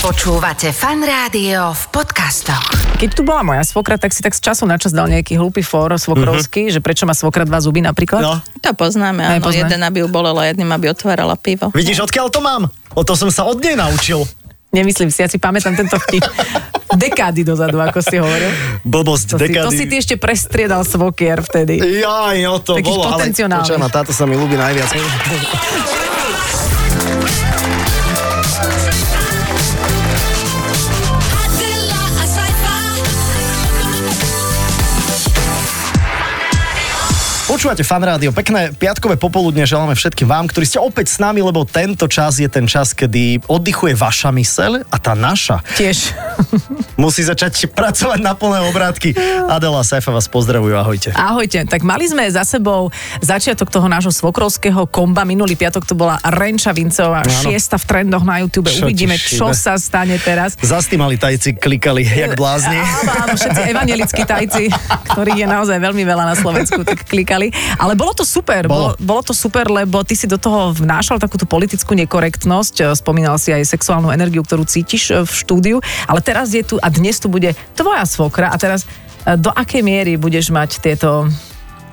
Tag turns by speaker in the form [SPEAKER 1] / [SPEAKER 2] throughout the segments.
[SPEAKER 1] Počúvate fan rádio v podcastoch.
[SPEAKER 2] Keď tu bola moja svokra, tak si tak z času na čas dal nejaký hlúpy fór svokrovský, že prečo má svokra dva zuby napríklad.
[SPEAKER 3] Mhm. No.
[SPEAKER 4] To poznáme,
[SPEAKER 2] Aj
[SPEAKER 4] áno.
[SPEAKER 2] pozná.
[SPEAKER 4] Jeden, aby ju bolelo, jedným, aby otvárala pivo.
[SPEAKER 3] Vidíš, odkiaľ to mám? O to som sa od nej naučil.
[SPEAKER 2] Nemyslím si, ja si pamätám tento vtip. Dekády dozadu, ako si hovoril. To
[SPEAKER 3] Blbosť,
[SPEAKER 2] si, to
[SPEAKER 3] dekády.
[SPEAKER 2] si ty ešte prestriedal svokier vtedy.
[SPEAKER 3] Jaj, no to
[SPEAKER 2] Takých
[SPEAKER 3] bolo, ale...
[SPEAKER 2] potenciálnych.
[SPEAKER 3] Počujem, a táto sa mi ľúbi najviac.
[SPEAKER 5] Adela, a sci-fi.
[SPEAKER 3] Počúvate Fan Rádio, pekné piatkové popoludne želáme všetkým vám, ktorí ste opäť s nami, lebo tento čas je ten čas, kedy oddychuje vaša myseľ a tá naša
[SPEAKER 2] Tiež.
[SPEAKER 3] musí začať pracovať na plné obrátky. Adela a Saifa vás pozdravujú, ahojte.
[SPEAKER 2] Ahojte, tak mali sme za sebou začiatok toho nášho svokrovského komba. Minulý piatok to bola Renča Vincová, šiesta v trendoch na YouTube.
[SPEAKER 3] Čo ti
[SPEAKER 2] Uvidíme, čo
[SPEAKER 3] šíbe.
[SPEAKER 2] sa stane teraz.
[SPEAKER 3] Zas tí mali tajci klikali, jak blázni.
[SPEAKER 2] Áno, áno, všetci evangelickí tajci, ktorých je naozaj veľmi veľa na Slovensku, tak klikali. Ale bolo to super,
[SPEAKER 3] Bolo.
[SPEAKER 2] bolo, bolo to super, lebo ty si do toho vnášal takú tú politickú nekorektnosť, e, spomínal si aj sexuálnu energiu, ktorú cítiš e, v štúdiu, ale teraz je tu a dnes tu bude tvoja svokra a teraz e, do akej miery budeš mať tieto...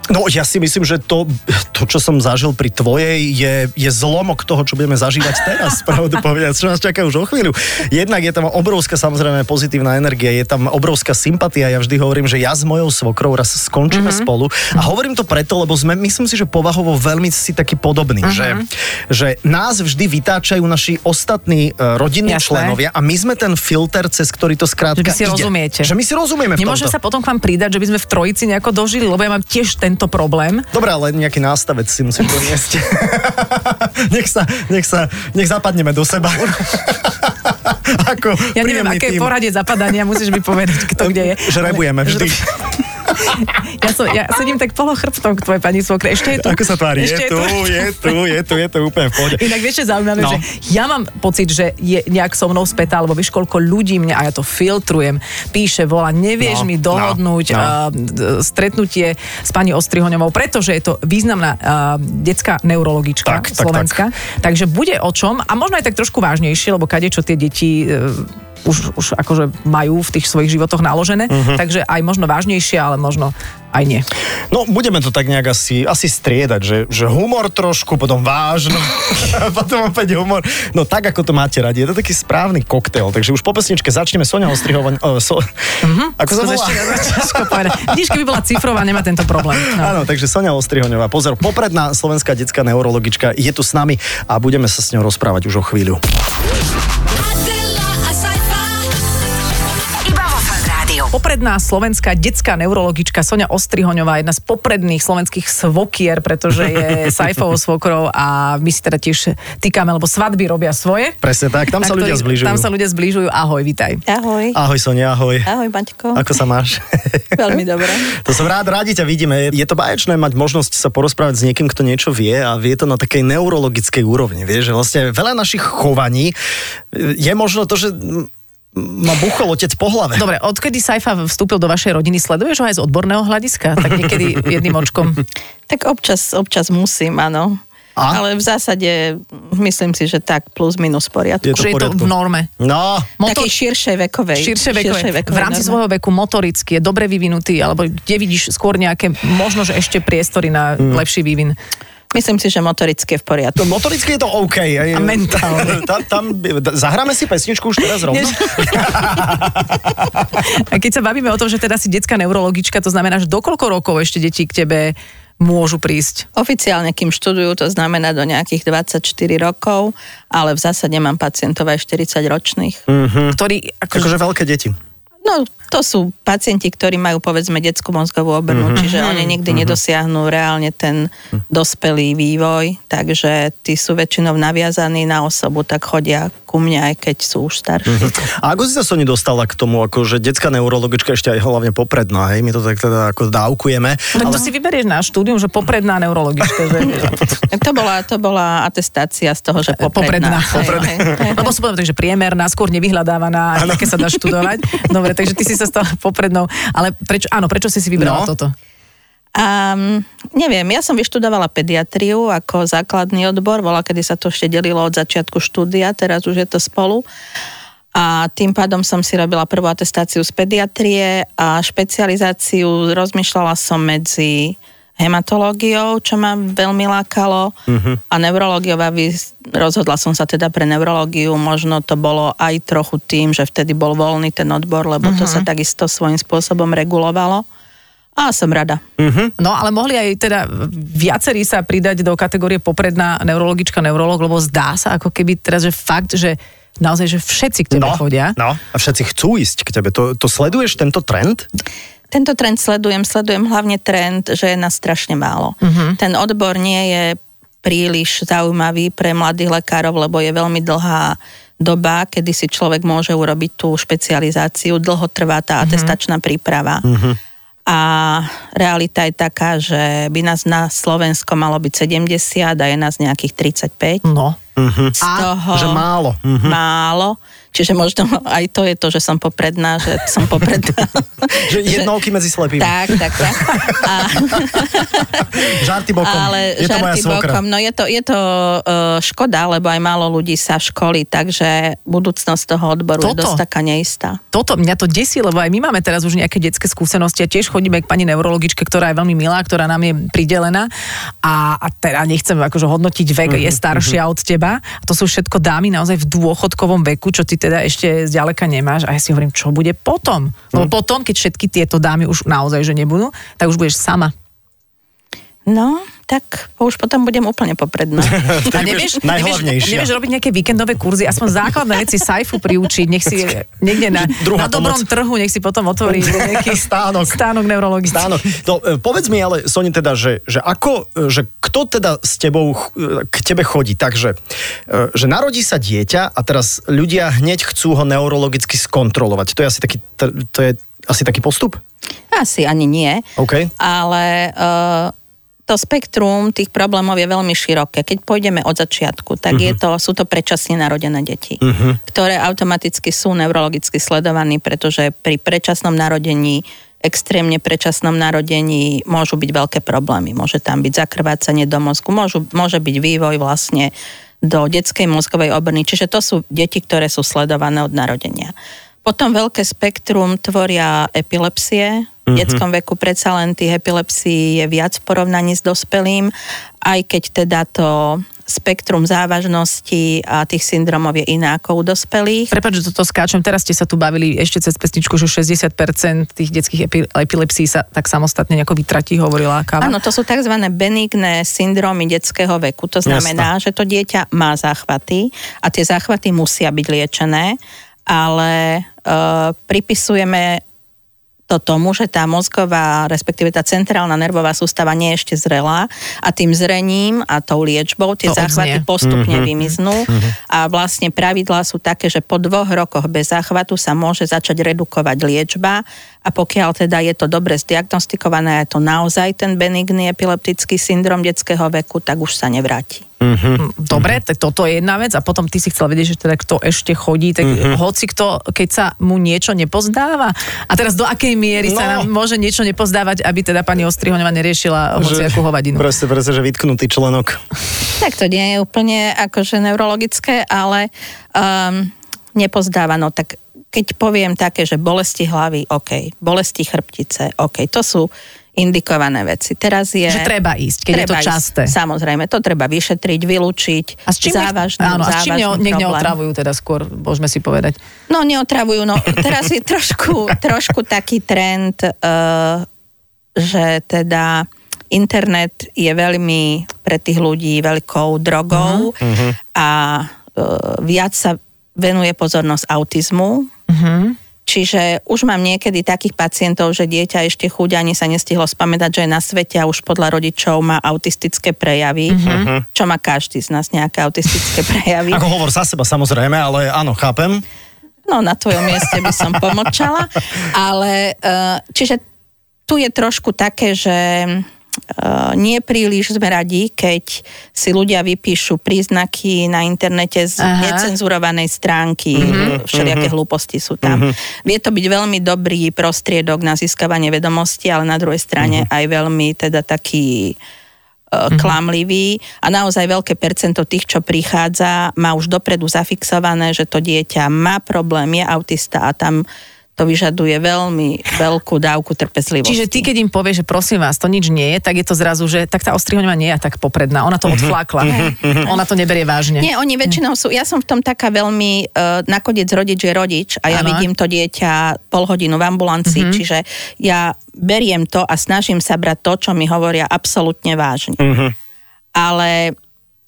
[SPEAKER 3] No ja si myslím, že to, to čo som zažil pri tvojej, je, je zlomok toho, čo budeme zažívať teraz, pravdu povedať, čo nás čaká už o chvíľu. Jednak je tam obrovská samozrejme pozitívna energia, je tam obrovská sympatia. Ja vždy hovorím, že ja s mojou svokrou raz skončíme
[SPEAKER 2] Mhm.
[SPEAKER 3] mm-hmm. spolu a hovorím to preto, lebo sme, myslím si, že povahovo veľmi si taký podobný,
[SPEAKER 2] Mhm.
[SPEAKER 3] mm-hmm. že, že nás vždy vytáčajú naši ostatní e, rodinní
[SPEAKER 2] Jasné.
[SPEAKER 3] členovia a my sme ten filter, cez ktorý to
[SPEAKER 2] Že
[SPEAKER 3] skrátka
[SPEAKER 2] vy si
[SPEAKER 3] ide.
[SPEAKER 2] rozumiete.
[SPEAKER 3] Že my si rozumieme v
[SPEAKER 2] Nemôžem
[SPEAKER 3] tomto.
[SPEAKER 2] sa potom k vám pridať, že by sme v trojici nejako dožili, lebo ja mám tiež tento problém.
[SPEAKER 3] Dobre, ale nejaký nástavec si musím doniesť. nech, sa, nech, sa, nech zapadneme do seba. Ako
[SPEAKER 2] Ja neviem,
[SPEAKER 3] príjemný
[SPEAKER 2] aké
[SPEAKER 3] tým.
[SPEAKER 2] poradie zapadania musíš mi povedať, kto kde je.
[SPEAKER 3] Žrebujeme
[SPEAKER 2] Ale-
[SPEAKER 3] vždy.
[SPEAKER 2] Ja, som, ja sedím tak polochrbtom k tvojej pani svokre. Ešte je tu.
[SPEAKER 3] Ako sa tvári?
[SPEAKER 2] Ešte
[SPEAKER 3] Je tu, je tu, je tu, je tu úplne v pohode.
[SPEAKER 2] Inak vieš, čo je zaujímavé,
[SPEAKER 3] No.
[SPEAKER 2] no. že ja mám pocit, že je nejak so mnou spätá, lebo vieš, koľko ľudí mňa, a ja to filtrujem, píše, vola, nevieš
[SPEAKER 3] No,
[SPEAKER 2] mi
[SPEAKER 3] no,
[SPEAKER 2] dohodnúť
[SPEAKER 3] no.
[SPEAKER 2] no, no. stretnutie s pani Ostrihoňovou, pretože je to významná uh, detská neurologička
[SPEAKER 3] Tak, tak,
[SPEAKER 2] Slovenska. Tak. Takže bude o čom, a možno aj tak trošku vážnejšie, lebo kade čo tie deti... Uh, už, už akože majú v tých svojich životoch naložené,
[SPEAKER 3] Mhm.
[SPEAKER 2] takže aj možno vážnejšie, ale možno aj nie.
[SPEAKER 3] No, budeme to tak nejak asi, asi striedať, že, že humor trošku, potom vážno, potom opäť humor. No tak, ako to máte radi. Je to taký správny koktail, takže už po pesničke začneme Sonia Ostrihovať. Uh, so, Ako sa
[SPEAKER 2] To
[SPEAKER 3] volá?
[SPEAKER 2] Mhm. ešte ťažko povedať. Vidíš, keby bola cifrová, nemá tento problém.
[SPEAKER 3] Áno, takže Sonia Ostrihoňová, pozor, popredná slovenská detská neurologička je tu s nami a budeme sa s ňou rozprávať už o chvíľu.
[SPEAKER 5] Adela, a sci-fi.
[SPEAKER 1] Iba vo fan rádiu.
[SPEAKER 2] popredná slovenská detská neurologička Sonia Ostrihoňová, jedna z popredných slovenských svokier, pretože je Saifovou svokrou a my si teda tiež týkame, lebo svadby robia svoje.
[SPEAKER 3] Presne tak, tam
[SPEAKER 2] Na
[SPEAKER 3] sa ľudia
[SPEAKER 2] ktorých-
[SPEAKER 3] zbližujú.
[SPEAKER 2] Tam sa ľudia zbližujú. Ahoj, vitaj.
[SPEAKER 4] Ahoj.
[SPEAKER 3] Ahoj Sonia, ahoj.
[SPEAKER 4] Ahoj, Maťko.
[SPEAKER 3] Ako sa máš?
[SPEAKER 4] Veľmi dobre.
[SPEAKER 3] To som rád, rádi ťa vidíme. Je to báječné mať možnosť sa porozprávať s niekým, kto niečo vie a vie to na takej neurologickej úrovni. Vieš, že vlastne veľa našich chovaní e, je možno to, že m, ma buchol otec po hlave.
[SPEAKER 2] Dobre, odkedy Saifa vstúpil do vašej rodiny, sleduješ ho aj z odborného hľadiska? Tak niekedy jedným očkom.
[SPEAKER 4] Tak občas, občas musím, áno.
[SPEAKER 3] A?
[SPEAKER 4] Ale v zásade myslím si, že tak plus minus v
[SPEAKER 3] Je
[SPEAKER 4] poriadku.
[SPEAKER 3] to-
[SPEAKER 2] že je to v
[SPEAKER 3] poriadku.
[SPEAKER 2] norme.
[SPEAKER 3] No,
[SPEAKER 4] Motor... Takej širšej vekovej.
[SPEAKER 2] Širšie vekové.
[SPEAKER 4] širšej vekovej
[SPEAKER 2] v rámci
[SPEAKER 4] norme.
[SPEAKER 2] svojho veku motoricky je dobre vyvinutý, alebo kde vidíš skôr nejaké, možno, že ešte priestory na lepší vývin.
[SPEAKER 4] Myslím si, že motoricky je v
[SPEAKER 3] to
[SPEAKER 4] poriadku.
[SPEAKER 3] motoricky je to OK.
[SPEAKER 2] A mentálne.
[SPEAKER 3] Tam, tam, zahráme si pesničku už teraz rovno?
[SPEAKER 2] A keď sa bavíme o tom, že teda si detská neurologička, to znamená, že do koľko rokov ešte deti k tebe môžu prísť?
[SPEAKER 4] Oficiálne, kým študujú, to znamená do nejakých 24 rokov, ale v zásade mám pacientov aj 40 ročných.
[SPEAKER 2] Hm. Ktorý, akože,
[SPEAKER 3] Akože veľké deti.
[SPEAKER 4] No, to sú pacienti, ktorí majú povedzme detskú mozgovú obrnu, mm-hmm. čiže oni nikdy mm-hmm. nedosiahnu reálne ten dospelý vývoj, takže tí sú väčšinou naviazaní na osobu, tak chodia ku mne, aj keď sú
[SPEAKER 3] Mhm.
[SPEAKER 4] už starší. Mm-hmm.
[SPEAKER 3] A ako si sa Soni dostala k tomu, akože detská neurologička ešte aj hlavne popredná, hej? My to tak teda ako dávkujeme.
[SPEAKER 2] tak to si vyberieš na štúdium, že popredná neurologička. Že...
[SPEAKER 4] Tak to bola, to bola atestácia z toho, že
[SPEAKER 2] Popredná.
[SPEAKER 4] popredná. Hej,
[SPEAKER 2] Popredná.
[SPEAKER 4] hej, hej.
[SPEAKER 2] Lebo sú potom takže priemerná, skôr nevyhľadávaná, aj také sa dá študovať. Dobre, takže ty si sa stala poprednou. Ale prečo, áno, prečo si si vybrala
[SPEAKER 3] No.
[SPEAKER 2] toto?
[SPEAKER 4] A mm, neviem, ja som vyštudovala pediatriu ako základný odbor, bola, kedy sa to ešte delilo od začiatku štúdia, teraz už je to spolu. A A tým pádom som si robila prvú atestáciu z pediatrie a špecializáciu rozmýšľala som medzi hematológiou, čo ma veľmi lákalo, uh-huh. a neurológiou. a vys- Rozhodla som sa teda pre neurológiu, možno to bolo aj trochu tým, že vtedy bol voľný ten odbor, lebo uh-huh. to sa takisto svojím spôsobom regulovalo. A som rada.
[SPEAKER 3] Mm-hmm.
[SPEAKER 2] No ale mohli aj teda viacerí sa pridať do kategórie popredná neurologička, neurolog, lebo zdá sa ako keby teraz, že fakt, že naozaj, že všetci k tebe
[SPEAKER 3] No,
[SPEAKER 2] chodia.
[SPEAKER 3] no, a všetci chcú ísť k tebe. To, to sleduješ tento trend?
[SPEAKER 4] Tento trend sledujem, sledujem hlavne trend, že je nás strašne málo. Uh-huh. Ten odbor nie je príliš zaujímavý pre mladých lekárov, lebo je veľmi dlhá doba, kedy si človek môže urobiť tú špecializáciu, dlho trvá tá atestačná príprava. Uh-huh. A realita je taká, že by nás na Slovensko malo byť 70 a je nás nejakých 35.
[SPEAKER 2] No.
[SPEAKER 4] Z toho...
[SPEAKER 3] Že málo. Mhm.
[SPEAKER 4] Málo. Čiže možno aj to je to, že som popredná, že som popredná.
[SPEAKER 3] Že jednouky medzi slepými.
[SPEAKER 4] Tak, tak, tak. A,
[SPEAKER 3] Žarty bokom.
[SPEAKER 4] ale
[SPEAKER 3] je to moja
[SPEAKER 4] žarty
[SPEAKER 3] svokra.
[SPEAKER 4] bokom. No je to, je to uh, škoda, lebo aj málo ľudí sa školí, takže budúcnosť toho odboru je
[SPEAKER 2] Toto.
[SPEAKER 4] dosť taká neistá.
[SPEAKER 2] toto mňa to desí, lebo aj my máme teraz už nejaké detské skúsenosti a tiež chodíme k pani neurologičke, ktorá je veľmi milá, ktorá nám je pridelená a, a teda nechcem akože hodnotiť vek,
[SPEAKER 3] Mhm,
[SPEAKER 2] je staršia od teba. A to sú všetko dámy naozaj v dôchodkovom veku, čo ty teda ešte zďaleka nemáš a ja si hovorím, čo bude potom?
[SPEAKER 3] Mhm.
[SPEAKER 2] Lebo potom, keď všetky tieto dámy už naozaj že nebudú, tak už budeš sama.
[SPEAKER 4] No, tak už potom budem úplne popredná.
[SPEAKER 2] A nevieš, nevieš,
[SPEAKER 3] najhlavnejšia.
[SPEAKER 2] nevieš robiť nejaké víkendové kurzy, aspoň základné veci sajfu priučiť, nech si niekde na,
[SPEAKER 3] Druhá
[SPEAKER 2] na dobrom
[SPEAKER 3] pomoc.
[SPEAKER 2] trhu, nech si potom otvorí nejaký
[SPEAKER 3] Stánok.
[SPEAKER 2] stánok neurologický.
[SPEAKER 3] Áno, no, e, povedz mi ale, Soni, teda, že, že ako, e, že kto teda s tebou, ch- e, k tebe chodí? Takže, e, že narodí sa dieťa a teraz ľudia hneď chcú ho neurologicky skontrolovať. To je asi taký, t- to je asi taký postup?
[SPEAKER 4] Asi ani nie.
[SPEAKER 3] OK.
[SPEAKER 4] Ale uh, to spektrum tých problémov je veľmi široké. Keď pôjdeme od začiatku, tak uh-huh. je to, sú to predčasne narodené deti, uh-huh. ktoré automaticky sú neurologicky sledovaní, pretože pri predčasnom narodení extrémne predčasnom narodení môžu byť veľké problémy. Môže tam byť zakrvácanie do mozgu, môžu, môže byť vývoj vlastne do detskej mozgovej obrny. Čiže to sú deti, ktoré sú sledované od narodenia. Potom veľké spektrum tvoria epilepsie. V detskom veku predsa len tých epilepsií je viac v porovnaní s dospelým, aj keď teda to spektrum závažnosti a tých syndromov je iné ako u dospelých.
[SPEAKER 2] Prepač, že toto skáčem. Teraz ste sa tu bavili ešte cez pesničku, že 60% tých detských epi- epilepsií sa tak samostatne nejako vytratí, hovorila Káva.
[SPEAKER 4] Áno, to sú tzv. benigné syndromy detského veku. To znamená, že to dieťa má záchvaty a tie záchvaty musia byť liečené, ale e, pripisujeme to tomu, že tá mozgová, respektíve tá centrálna nervová sústava nie je ešte zrelá a tým zrením a tou liečbou tie
[SPEAKER 2] To odznie.
[SPEAKER 4] záchvaty postupne vymiznú a vlastne pravidlá sú také, že po dvoch rokoch bez záchvatu sa môže začať redukovať liečba a pokiaľ teda je to dobre zdiagnostikované, je to naozaj ten benigný epileptický syndrom detského veku, tak už sa nevráti.
[SPEAKER 2] Hm, Dobre, tak toto je jedna vec. A potom ty si chcel vedieť, že teda kto ešte chodí, tak hoci kto, keď sa mu niečo nepozdáva. A teraz do akej miery sa
[SPEAKER 3] No.
[SPEAKER 2] nám môže niečo nepozdávať, aby teda pani Ostrihoňová neriešila hociakú hovadinu.
[SPEAKER 3] Proste, proste, že vytknutý členok.
[SPEAKER 4] Tak to nie je úplne akože neurologické, ale um, nepozdáva. No tak keď poviem také, že bolesti hlavy, OK, bolesti chrbtice, OK, to sú indikované veci. Teraz je...
[SPEAKER 2] Že treba ísť, keď je to
[SPEAKER 4] treba ísť.
[SPEAKER 2] časté.
[SPEAKER 4] Samozrejme, to treba vyšetriť, vylúčiť.
[SPEAKER 2] A s čím, nech-
[SPEAKER 4] závažný,
[SPEAKER 2] áno, a s čím
[SPEAKER 4] závažný
[SPEAKER 2] nech
[SPEAKER 4] problém.
[SPEAKER 2] neotravujú teda skôr, môžeme si povedať.
[SPEAKER 4] No neotravujú, no teraz je trošku, trošku taký trend, uh, že teda internet je veľmi pre tých ľudí veľkou drogou uh-huh. a uh, viac sa venuje pozornosť autizmu. Uh-huh. Čiže už mám niekedy takých pacientov, že dieťa ešte chuť ani sa nestihlo spamätať, že je na svete a už podľa rodičov má autistické prejavy, uh-huh. čo má každý z nás nejaké autistické prejavy.
[SPEAKER 3] Ako hovor za seba, samozrejme, ale áno, chápem.
[SPEAKER 4] No, na tvojom mieste by som pomočala. Ale, eh, čiže tu je trošku také, že eh, nie príliš sme radi, keď si ľudia vypíšu príznaky na internete z
[SPEAKER 2] Aha.
[SPEAKER 4] necenzurovanej stránky. Všelijaké hlúposti sú tam. Vie to byť veľmi dobrý prostriedok na získavanie vedomosti, ale na druhej strane aj veľmi teda taký eh, mm-hmm. klamlivý a naozaj veľké percento tých, čo prichádza, má už dopredu zafixované, že to dieťa má problém, je autista a tam to vyžaduje veľmi veľkú dávku trpezlivosti.
[SPEAKER 2] Čiže ty, keď im povieš, že prosím vás, to nič nie je, tak je to zrazu, že tak tá ostrihoňová nie je tak popredná. Ona
[SPEAKER 3] Mhm.
[SPEAKER 2] to odflákla. Ona to neberie vážne.
[SPEAKER 4] Nie, oni väčšinou sú, ja som v tom taká veľmi, uh, nakoniec rodič je rodič a ja
[SPEAKER 2] Áno.
[SPEAKER 4] vidím to dieťa pol hodinu v
[SPEAKER 3] Mhm.
[SPEAKER 4] ambulancii, mm-hmm. čiže ja beriem to a snažím sa brať to, čo mi hovoria absolútne vážne.
[SPEAKER 3] Mhm.
[SPEAKER 4] Mm-hmm. Ale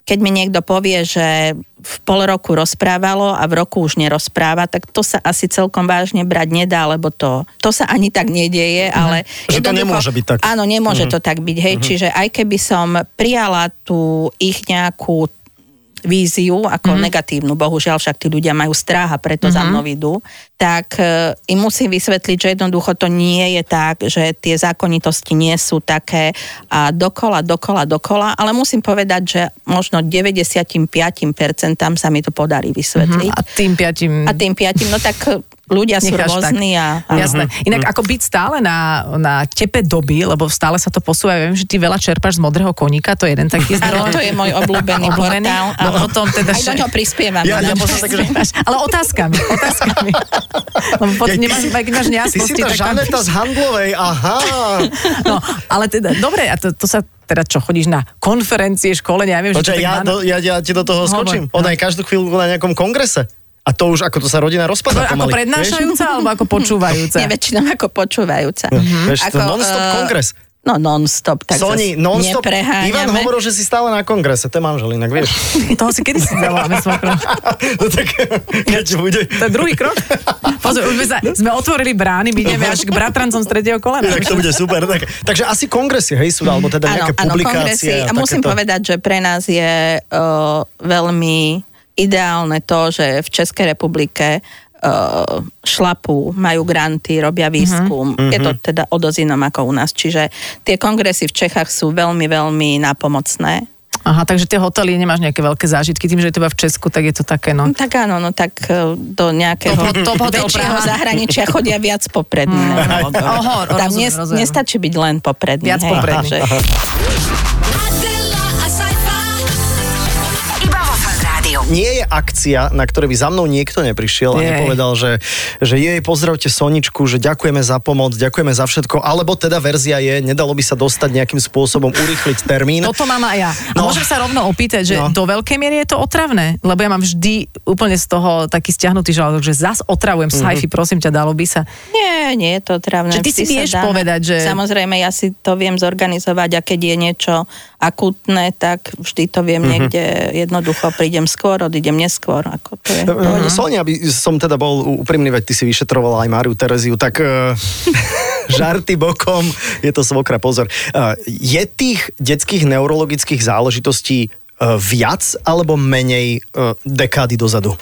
[SPEAKER 4] keď mi niekto povie, že v pol roku rozprávalo a v roku už nerozpráva, tak to sa asi celkom vážne brať nedá, lebo to, to sa ani tak nedieje, ale...
[SPEAKER 3] Mhm. Že to
[SPEAKER 4] jednoducho-
[SPEAKER 3] nemôže byť tak. Mhm.
[SPEAKER 4] Áno, nemôže to tak byť, hej, čiže aj keby som prijala tú ich nejakú víziu
[SPEAKER 2] Mhm.
[SPEAKER 4] ako negatívnu, bohužiaľ však tí ľudia majú strach a preto za mnou idú, tak e, im musím vysvetliť, že jednoducho to nie je tak, že tie zákonitosti nie sú také a dokola, dokola, dokola, ale musím povedať, že možno 95% sa mi to podarí vysvetliť.
[SPEAKER 2] Mm, Mhm. A tým piatim...
[SPEAKER 4] A tým 5, no tak e, ľudia sú
[SPEAKER 2] Necháš tak.
[SPEAKER 4] rôzni a... a
[SPEAKER 2] Jasné.
[SPEAKER 3] Mhm.
[SPEAKER 2] Inak ako byť stále na, na tepe doby, lebo stále sa to posúva, ja viem, že ty veľa čerpáš z modrého koníka, to je jeden taký
[SPEAKER 4] Áno,
[SPEAKER 2] zdroj.
[SPEAKER 4] to je môj obľúbený
[SPEAKER 2] Obľúbený.
[SPEAKER 4] portál.
[SPEAKER 2] No
[SPEAKER 4] áno.
[SPEAKER 2] potom teda No,
[SPEAKER 4] Aj do
[SPEAKER 2] še-
[SPEAKER 4] ňoho prispievam.
[SPEAKER 3] Ja- ja
[SPEAKER 4] áno.
[SPEAKER 3] možno tak, že-
[SPEAKER 2] Ale otázkami, otázkami. Lebo potom
[SPEAKER 3] Jej, ty
[SPEAKER 2] nemáš,
[SPEAKER 3] si-
[SPEAKER 2] keď máš
[SPEAKER 3] Ty si
[SPEAKER 2] nejasnosti,
[SPEAKER 3] tá
[SPEAKER 2] tak tam
[SPEAKER 3] Žaneta z Handlovej, aha.
[SPEAKER 2] No, ale teda, dobre, a to, to sa teda čo, chodíš na konferencie, školenia, ja viem,
[SPEAKER 3] Počkaj,
[SPEAKER 2] že to tak
[SPEAKER 3] ja,
[SPEAKER 2] má-
[SPEAKER 3] do, ja, ja ti do toho
[SPEAKER 2] Hovor,
[SPEAKER 3] skočím.
[SPEAKER 2] no.
[SPEAKER 3] Ona je každú chvíľu na nejakom kongrese. A to už ako to sa rodina rozpadá
[SPEAKER 2] ako
[SPEAKER 3] pomaly.
[SPEAKER 2] prednášajúca alebo ako počúvajúca?
[SPEAKER 4] Nie, väčšinou ako počúvajúca.
[SPEAKER 3] Vieš, to non-stop
[SPEAKER 4] Mhm. eh,
[SPEAKER 3] kongres.
[SPEAKER 4] No non-stop, tak
[SPEAKER 3] Sony,
[SPEAKER 4] zas
[SPEAKER 3] non-stop. Ivan
[SPEAKER 4] nepreháňame.
[SPEAKER 3] hovoril, že si stále na kongrese. To je manžel inak, vieš.
[SPEAKER 2] Toho si kedy si zavoláme svokrom.
[SPEAKER 3] no tak, keď bude.
[SPEAKER 2] To je druhý krok. Pozor, už sme, sa, sme otvorili brány, my ideme až k bratrancom z tretieho kolena.
[SPEAKER 3] Tak to bude super. Tak, takže asi kongresy, hej, sú, alebo teda nejaké publikácie.
[SPEAKER 4] kongresy. A
[SPEAKER 3] takéto.
[SPEAKER 4] musím povedať, že pre nás je uh, veľmi ideálne to, že v Českej republike uh, šlapu, majú granty, robia výskum. Je
[SPEAKER 3] Mhm.
[SPEAKER 4] to teda o dosť inom ako u nás. Čiže tie kongresy v Čechách sú veľmi, veľmi nápomocné.
[SPEAKER 2] Aha, takže tie hotely nemáš nejaké veľké zážitky, tým, že je to iba v Česku, tak je to také, no.
[SPEAKER 4] No, tak áno, no tak eh, do nejakého
[SPEAKER 2] Top- top hotel
[SPEAKER 4] väčšieho
[SPEAKER 2] Praha.
[SPEAKER 4] zahraničia chodia viac poprední. No,
[SPEAKER 2] Oho,
[SPEAKER 4] Tam
[SPEAKER 2] rozumiem,
[SPEAKER 4] nes-
[SPEAKER 2] rozumiem.
[SPEAKER 4] nestačí byť len popredný.
[SPEAKER 2] Viac popredný.
[SPEAKER 5] Adela, a sci-fi.
[SPEAKER 1] Iba vo Fan Rádiu.
[SPEAKER 3] nie je akcia, na ktorej by za mnou niekto neprišiel a
[SPEAKER 2] Jej.
[SPEAKER 3] nepovedal, že, že jej pozdravte Soničku, že ďakujeme za pomoc, ďakujeme za všetko, alebo teda verzia je, nedalo by sa dostať nejakým spôsobom urýchliť termín.
[SPEAKER 2] Toto mám aj ja. A
[SPEAKER 3] No.
[SPEAKER 2] môžem sa rovno opýtať, že
[SPEAKER 3] No.
[SPEAKER 2] do veľkej miery je to otravné, lebo ja mám vždy úplne z toho taký stiahnutý žalúdok, že zas otravujem
[SPEAKER 3] Mhm.
[SPEAKER 2] mm-hmm. sci-fi, prosím ťa, dalo by sa.
[SPEAKER 4] Nie, nie je to trávne.
[SPEAKER 2] Že ty si vieš povedať, že-
[SPEAKER 4] Samozrejme, ja si to viem zorganizovať a keď je niečo akutné, tak vždy to viem niekde jednoducho. Prídem skôr, odídem neskôr. Ako to je.
[SPEAKER 2] Mhm.
[SPEAKER 3] Uh-huh. Sonia, aby som teda bol úprimný, veď ty si vyšetrovala aj Máriu Tereziu, tak uh, žarty bokom, je to svokra, pozor. Uh, je tých detských neurologických záležitostí uh, viac alebo menej uh, dekády dozadu?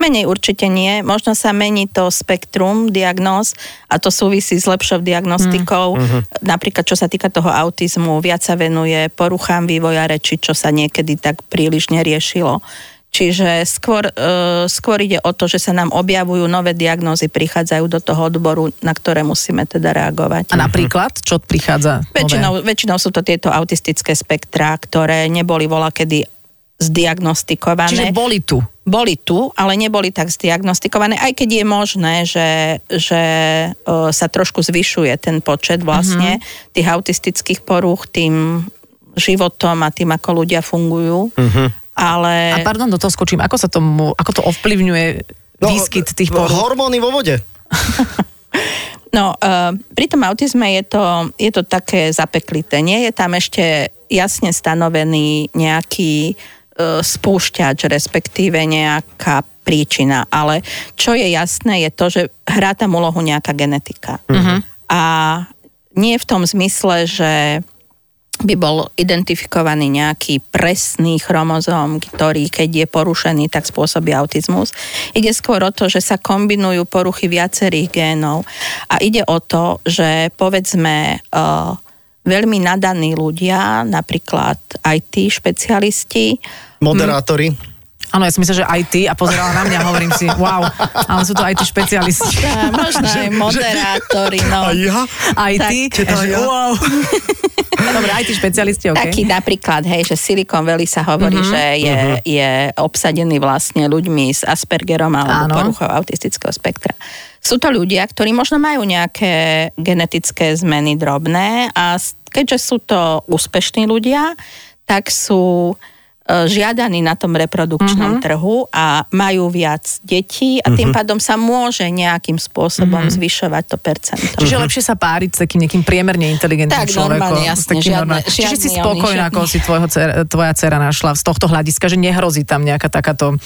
[SPEAKER 4] Menej určite nie. Možno sa mení to spektrum diagnóz a to súvisí s lepšou diagnostikou. Napríklad, čo sa týka toho autizmu, viac sa venuje poruchám vývoja reči, čo sa niekedy tak príliš neriešilo. Čiže skôr, e, skôr ide o to, že sa nám objavujú nové diagnózy, prichádzajú do toho odboru, na ktoré musíme teda reagovať.
[SPEAKER 3] Mhm.
[SPEAKER 2] A napríklad, čo prichádza? nové?
[SPEAKER 4] Väčšinou, väčšinou sú to tieto autistické spektrá, ktoré neboli volakedy zdiagnostikované
[SPEAKER 2] Čiže boli tu.
[SPEAKER 4] boli tu, ale neboli tak zdiagnostikované, aj keď je možné, že, že e, sa trošku zvyšuje ten počet vlastne mm-hmm. tých autistických porúch tým životom a tým, ako ľudia fungujú. Mm-hmm.
[SPEAKER 2] A
[SPEAKER 4] Ale...
[SPEAKER 2] pardon, do toho skočím. Ako sa tomu, ako to ovplyvňuje
[SPEAKER 3] No,
[SPEAKER 2] výskyt tých porúch?
[SPEAKER 3] Hormóny vo vode.
[SPEAKER 4] No, uh, pri tom autizme je to, je to také zapeklité. Nie je tam ešte jasne stanovený nejaký uh, spúšťač, respektíve nejaká príčina. Ale čo je jasné, je to, že hrá tam úlohu nejaká genetika. Uh-huh. A nie v tom zmysle, že by bol identifikovaný nejaký presný chromozóm, ktorý keď je porušený, tak spôsobí autizmus. Ide skôr o to, že sa kombinujú poruchy viacerých génov a ide o to, že povedzme eh, veľmi nadaní ľudia, napríklad IT špecialisti,
[SPEAKER 3] Moderátori.
[SPEAKER 2] Áno, ja si myslím, že aj ty a pozerala na mňa a hovorím si, wow, ale sú to aj tí špecialisti.
[SPEAKER 4] Á, Možno aj moderátori,
[SPEAKER 3] A
[SPEAKER 4] no.
[SPEAKER 3] ja?
[SPEAKER 2] Aj
[SPEAKER 4] Tak.
[SPEAKER 2] ty,
[SPEAKER 3] Teta,
[SPEAKER 2] že
[SPEAKER 3] ja?
[SPEAKER 2] wow. Dobre, aj tí špecialisti, OK. Mhm.
[SPEAKER 4] Taký napríklad, hej, že Silicon Valley sa hovorí, že je, je obsadený vlastne ľuďmi s Aspergerom alebo
[SPEAKER 2] Áno.
[SPEAKER 4] poruchou autistického spektra. Sú to ľudia, ktorí možno majú nejaké genetické zmeny drobné a s- keďže sú to úspešní ľudia, tak sú e, žiadaní na tom
[SPEAKER 2] Mhm.
[SPEAKER 4] reprodukčnom trhu a majú viac detí a tým pádom sa môže nejakým spôsobom zvyšovať to percento.
[SPEAKER 2] Mhm. Čiže lepšie sa páriť s takým niekým priemerne inteligentným
[SPEAKER 4] Tak,
[SPEAKER 2] človekom.
[SPEAKER 4] normálne,
[SPEAKER 2] s
[SPEAKER 4] jasne,
[SPEAKER 2] takým
[SPEAKER 4] žiadne-
[SPEAKER 2] normálnym. Čiže si
[SPEAKER 4] žiadny oný,
[SPEAKER 2] spokojná,
[SPEAKER 4] žiadny.
[SPEAKER 2] ako si tvojho, cer- tvoja dcera našla z tohto hľadiska, že nehrozí tam nejaká takáto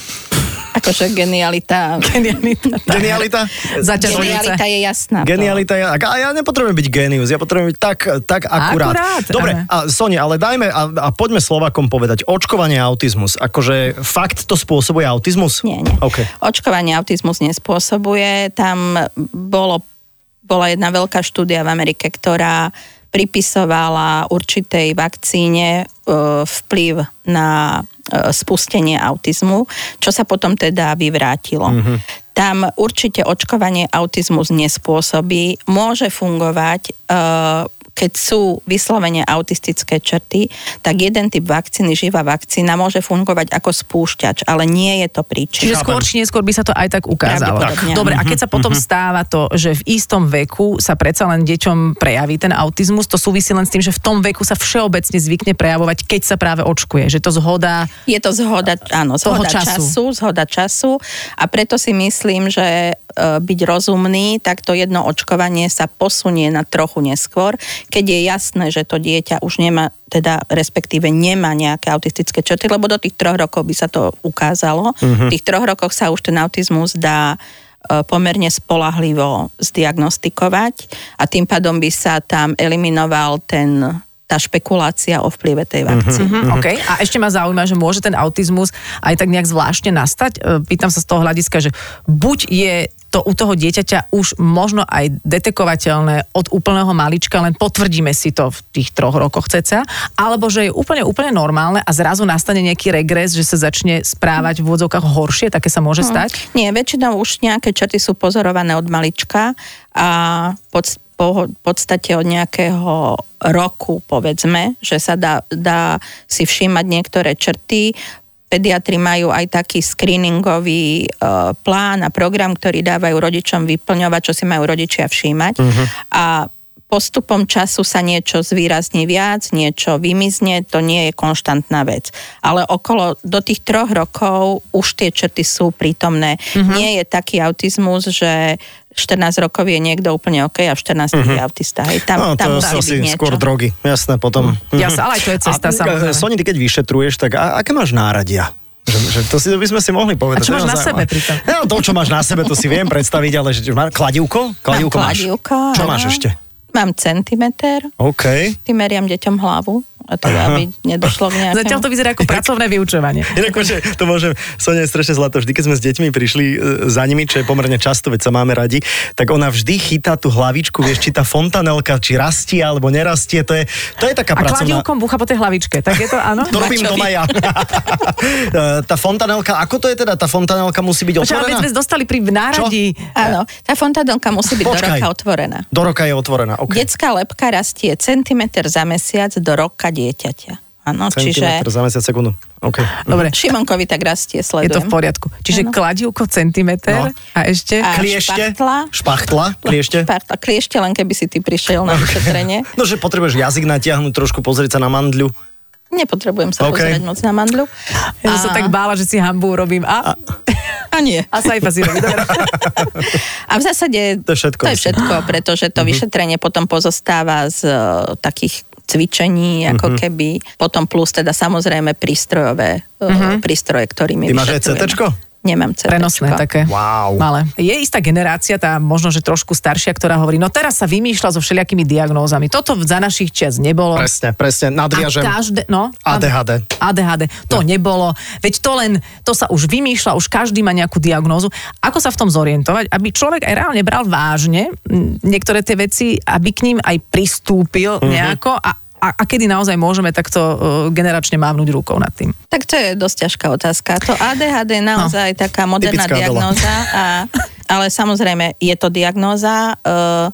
[SPEAKER 4] Akože genialita.
[SPEAKER 2] genialita.
[SPEAKER 3] Genialita?
[SPEAKER 2] Zaťažujúca.
[SPEAKER 4] Genialita je jasná. To-
[SPEAKER 3] Genialita je... A ja nepotrebujem byť genius, ja potrebujem byť tak, tak akurát.
[SPEAKER 2] Akurát,
[SPEAKER 3] Dobre,
[SPEAKER 2] áno.
[SPEAKER 3] a Sonia, ale dajme a, a poďme Slovakom povedať. Očkovanie a autizmus. Akože fakt to spôsobuje autizmus?
[SPEAKER 4] Nie, nie.
[SPEAKER 3] OK.
[SPEAKER 4] Očkovanie autizmus nespôsobuje. Tam bolo, bola jedna veľká štúdia v Amerike, ktorá pripisovala určitej vakcíne e, vplyv na e, spustenie autizmu, čo sa potom teda vyvrátilo. Mm-hmm. Tam určite očkovanie autizmus nespôsobí. Môže fungovať e, keď sú vyslovene autistické črty, tak jeden typ vakcíny, živá vakcína, môže fungovať ako spúšťač, ale nie je to príčina.
[SPEAKER 2] Čiže skôr či neskôr by sa to aj tak ukázalo.
[SPEAKER 4] Pravdepodobne.
[SPEAKER 2] Dobre, a keď sa potom stáva to, že v istom veku sa predsa len deťom prejaví ten autizmus, to súvisí len s tým, že v tom veku sa všeobecne zvykne prejavovať, keď sa práve očkuje, že to zhoda
[SPEAKER 4] Je to zhoda, áno,
[SPEAKER 2] Toho
[SPEAKER 4] zhoda
[SPEAKER 2] času.
[SPEAKER 4] času. času, zhoda času a preto si myslím, že e, byť rozumný, tak to jedno očkovanie sa posunie na trochu neskôr, keď je jasné, že to dieťa už nemá, teda respektíve nemá nejaké autistické črty, lebo do tých troch rokov by sa to ukázalo. V tých troch rokoch sa už ten autizmus dá e, pomerne spolahlivo zdiagnostikovať a tým pádom by sa tam eliminoval ten tá špekulácia o vplyve tej vakcíny.
[SPEAKER 2] Mm-hmm. Okay. A ešte ma zaujíma, že môže ten autizmus aj tak nejak zvláštne nastať. E, Pýtam sa z toho hľadiska, že buď je to u toho dieťaťa už možno aj detekovateľné od úplného malička, len potvrdíme si to v tých troch rokoch ceca, alebo že je úplne, úplne normálne a zrazu nastane nejaký regres, že sa začne správať v úvodzovkách horšie, také sa môže stať?
[SPEAKER 4] Nie, väčšinou už nejaké črty sú pozorované od malička a pod, po, v podstate od nejakého roku, povedzme, že sa dá, dá si všímať niektoré črty. Pediatri majú aj taký screeningový e, plán a program, ktorý dávajú rodičom vyplňovať, čo si majú rodičia všímať. A postupom času sa niečo zvýrazní viac, niečo vymizne, to nie je konštantná vec. Ale okolo, do tých troch rokov už tie črty sú prítomné.
[SPEAKER 3] Mhm.
[SPEAKER 4] Nie je taký autizmus, že 14 rokov je niekto úplne OK a v 14 je autista. Hej, tam,
[SPEAKER 3] Mhm. No,
[SPEAKER 4] tam
[SPEAKER 3] to
[SPEAKER 4] musí
[SPEAKER 3] sú
[SPEAKER 4] byť
[SPEAKER 3] asi
[SPEAKER 4] niečo.
[SPEAKER 3] skôr drogy. Jasné, potom.
[SPEAKER 2] Mm-hmm. Ja sa, ale aj to je cesta,
[SPEAKER 3] A,
[SPEAKER 2] samozrejme.
[SPEAKER 3] e, Soni, ty keď vyšetruješ, tak a, aké máš náradia? Že, že to si to by sme si mohli povedať.
[SPEAKER 2] A čo
[SPEAKER 3] to je
[SPEAKER 2] máš na
[SPEAKER 3] naozaj-
[SPEAKER 2] sebe pritom?
[SPEAKER 3] No, to, čo máš na sebe, to si viem predstaviť, ale že, má, kladivko? Kladivko
[SPEAKER 4] Mám
[SPEAKER 3] máš.
[SPEAKER 4] kladivko,
[SPEAKER 3] Čo
[SPEAKER 4] áno.
[SPEAKER 3] máš ešte?
[SPEAKER 4] Mám centimeter,
[SPEAKER 3] OK.
[SPEAKER 4] ty meriam deťom hlavu, a teda, aby nedošlo k nejakému...
[SPEAKER 2] Zatiaľ to vyzerá ako pracovné vyučovanie.
[SPEAKER 3] Inak že to môžem, Sonia je strašne zlato, vždy keď sme s deťmi prišli e, za nimi, čo je pomerne často, veď sa máme radi, tak ona vždy chytá tú hlavičku, vieš, či tá fontanelka, či rastie alebo nerastie, to je, to je taká
[SPEAKER 2] A
[SPEAKER 3] pracovná...
[SPEAKER 2] kladivkom bucha po tej hlavičke, tak je to áno?
[SPEAKER 3] To robím
[SPEAKER 4] Mačovi.
[SPEAKER 3] doma ja. E, tá fontanelka, ako to je teda? Tá fontanelka musí byť
[SPEAKER 2] Počkaj, ale veď
[SPEAKER 3] otvorená?
[SPEAKER 2] sme dostali pri náradí.
[SPEAKER 4] Áno, tá fontádelka musí byť do
[SPEAKER 3] Počkaj.
[SPEAKER 4] roka otvorená.
[SPEAKER 3] Do roka je otvorená, ok.
[SPEAKER 4] Detská lepka rastie centimeter za mesiac do roka dieťaťa. Áno, čiže No,
[SPEAKER 3] Centimetr za mesiac sekundu. OK.
[SPEAKER 2] Dobre.
[SPEAKER 4] Šimonkovi tak rastie,
[SPEAKER 2] Je
[SPEAKER 4] sledujem.
[SPEAKER 2] to v poriadku. Čiže
[SPEAKER 4] Áno.
[SPEAKER 2] kladivko centimeter
[SPEAKER 3] No.
[SPEAKER 2] a ešte...
[SPEAKER 4] A
[SPEAKER 3] Kliešte?
[SPEAKER 4] špachtla?
[SPEAKER 3] Špachtla? Kliešte?
[SPEAKER 4] Parta, kliešte len, keby si ty prišiel na vyšetrenie.
[SPEAKER 3] No, že potrebuješ jazyk natiahnuť trošku, pozrieť sa na mandľu.
[SPEAKER 4] Nepotrebujem sa
[SPEAKER 3] OK.
[SPEAKER 4] pozerať moc na mandľu.
[SPEAKER 2] Ja som sa tak bála, že si hambu urobím. A,
[SPEAKER 4] A nie.
[SPEAKER 2] a sajfa si robí. Dobre.
[SPEAKER 4] A v zásade
[SPEAKER 3] To je všetko,
[SPEAKER 4] to je
[SPEAKER 3] myslím. Mhm.
[SPEAKER 4] všetko pretože to vyšetrenie potom pozostáva z e, takých cvičení,
[SPEAKER 3] Mhm.
[SPEAKER 4] ako keby. Potom plus teda samozrejme prístrojové e, prístroje,
[SPEAKER 3] Mhm.
[SPEAKER 4] ktorými
[SPEAKER 3] Ty máš aj
[SPEAKER 4] vyšetrujeme.
[SPEAKER 3] CTčko?
[SPEAKER 4] Nemám CT.
[SPEAKER 2] Prenosné také.
[SPEAKER 3] Wow.
[SPEAKER 2] Malé. Je istá generácia, tá možno, že trošku staršia, ktorá hovorí, no teraz sa vymýšľa so všelijakými diagnózami. Toto za našich čias nebolo.
[SPEAKER 3] Presne, presne, nadviažem.
[SPEAKER 2] A každé, no,
[SPEAKER 3] ADHD.
[SPEAKER 2] ADHD, to nebolo. Veď to len, to sa už vymýšľa, už každý má nejakú diagnózu. Ako sa v tom zorientovať, aby človek aj reálne Mhm. bral vážne m, niektoré tie veci, aby k ním aj pristúpil nejako a a, a kedy naozaj môžeme takto uh, generačne mávnuť rukou nad tým?
[SPEAKER 4] Tak to je dosť ťažká otázka. To ADHD je naozaj no, taká moderná
[SPEAKER 3] Typická Adela.
[SPEAKER 4] diagnóza, a, ale samozrejme je to diagnóza, uh,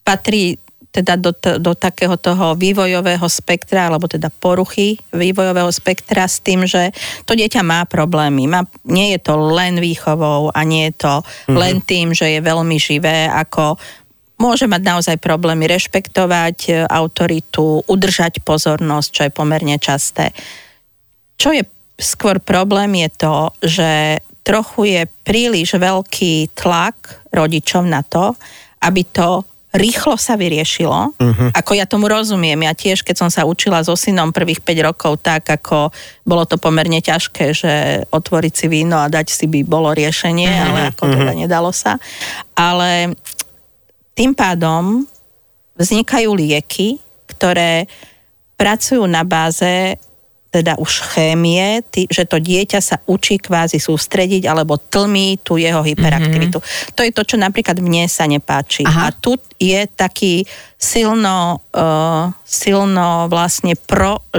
[SPEAKER 4] patrí teda do, t- do takého toho vývojového spektra, alebo teda poruchy vývojového spektra s tým, že to dieťa má problémy. Má, nie je to len výchovou a nie je to mm-hmm. len tým, že je veľmi živé, ako môže mať naozaj problémy rešpektovať e, autoritu, udržať pozornosť, čo je pomerne časté. Čo je skôr problém je to, že trochu je príliš veľký tlak rodičov na to, aby to rýchlo sa vyriešilo. Uh-huh. Ako ja tomu rozumiem, ja tiež, keď som sa učila so synom prvých 5 rokov, tak ako bolo to pomerne ťažké, že otvoriť si víno a dať si by bolo riešenie, uh-huh. ale ako teda nedalo sa. Ale tým pádom vznikajú lieky, ktoré pracujú na báze teda už chémie, ty, že to dieťa sa učí kvázi sústrediť alebo tlmí tú jeho hyperaktivitu. Mm-hmm. To je to, čo napríklad mne sa nepáči.
[SPEAKER 2] Aha.
[SPEAKER 4] A tu je taký silno, uh, silno vlastne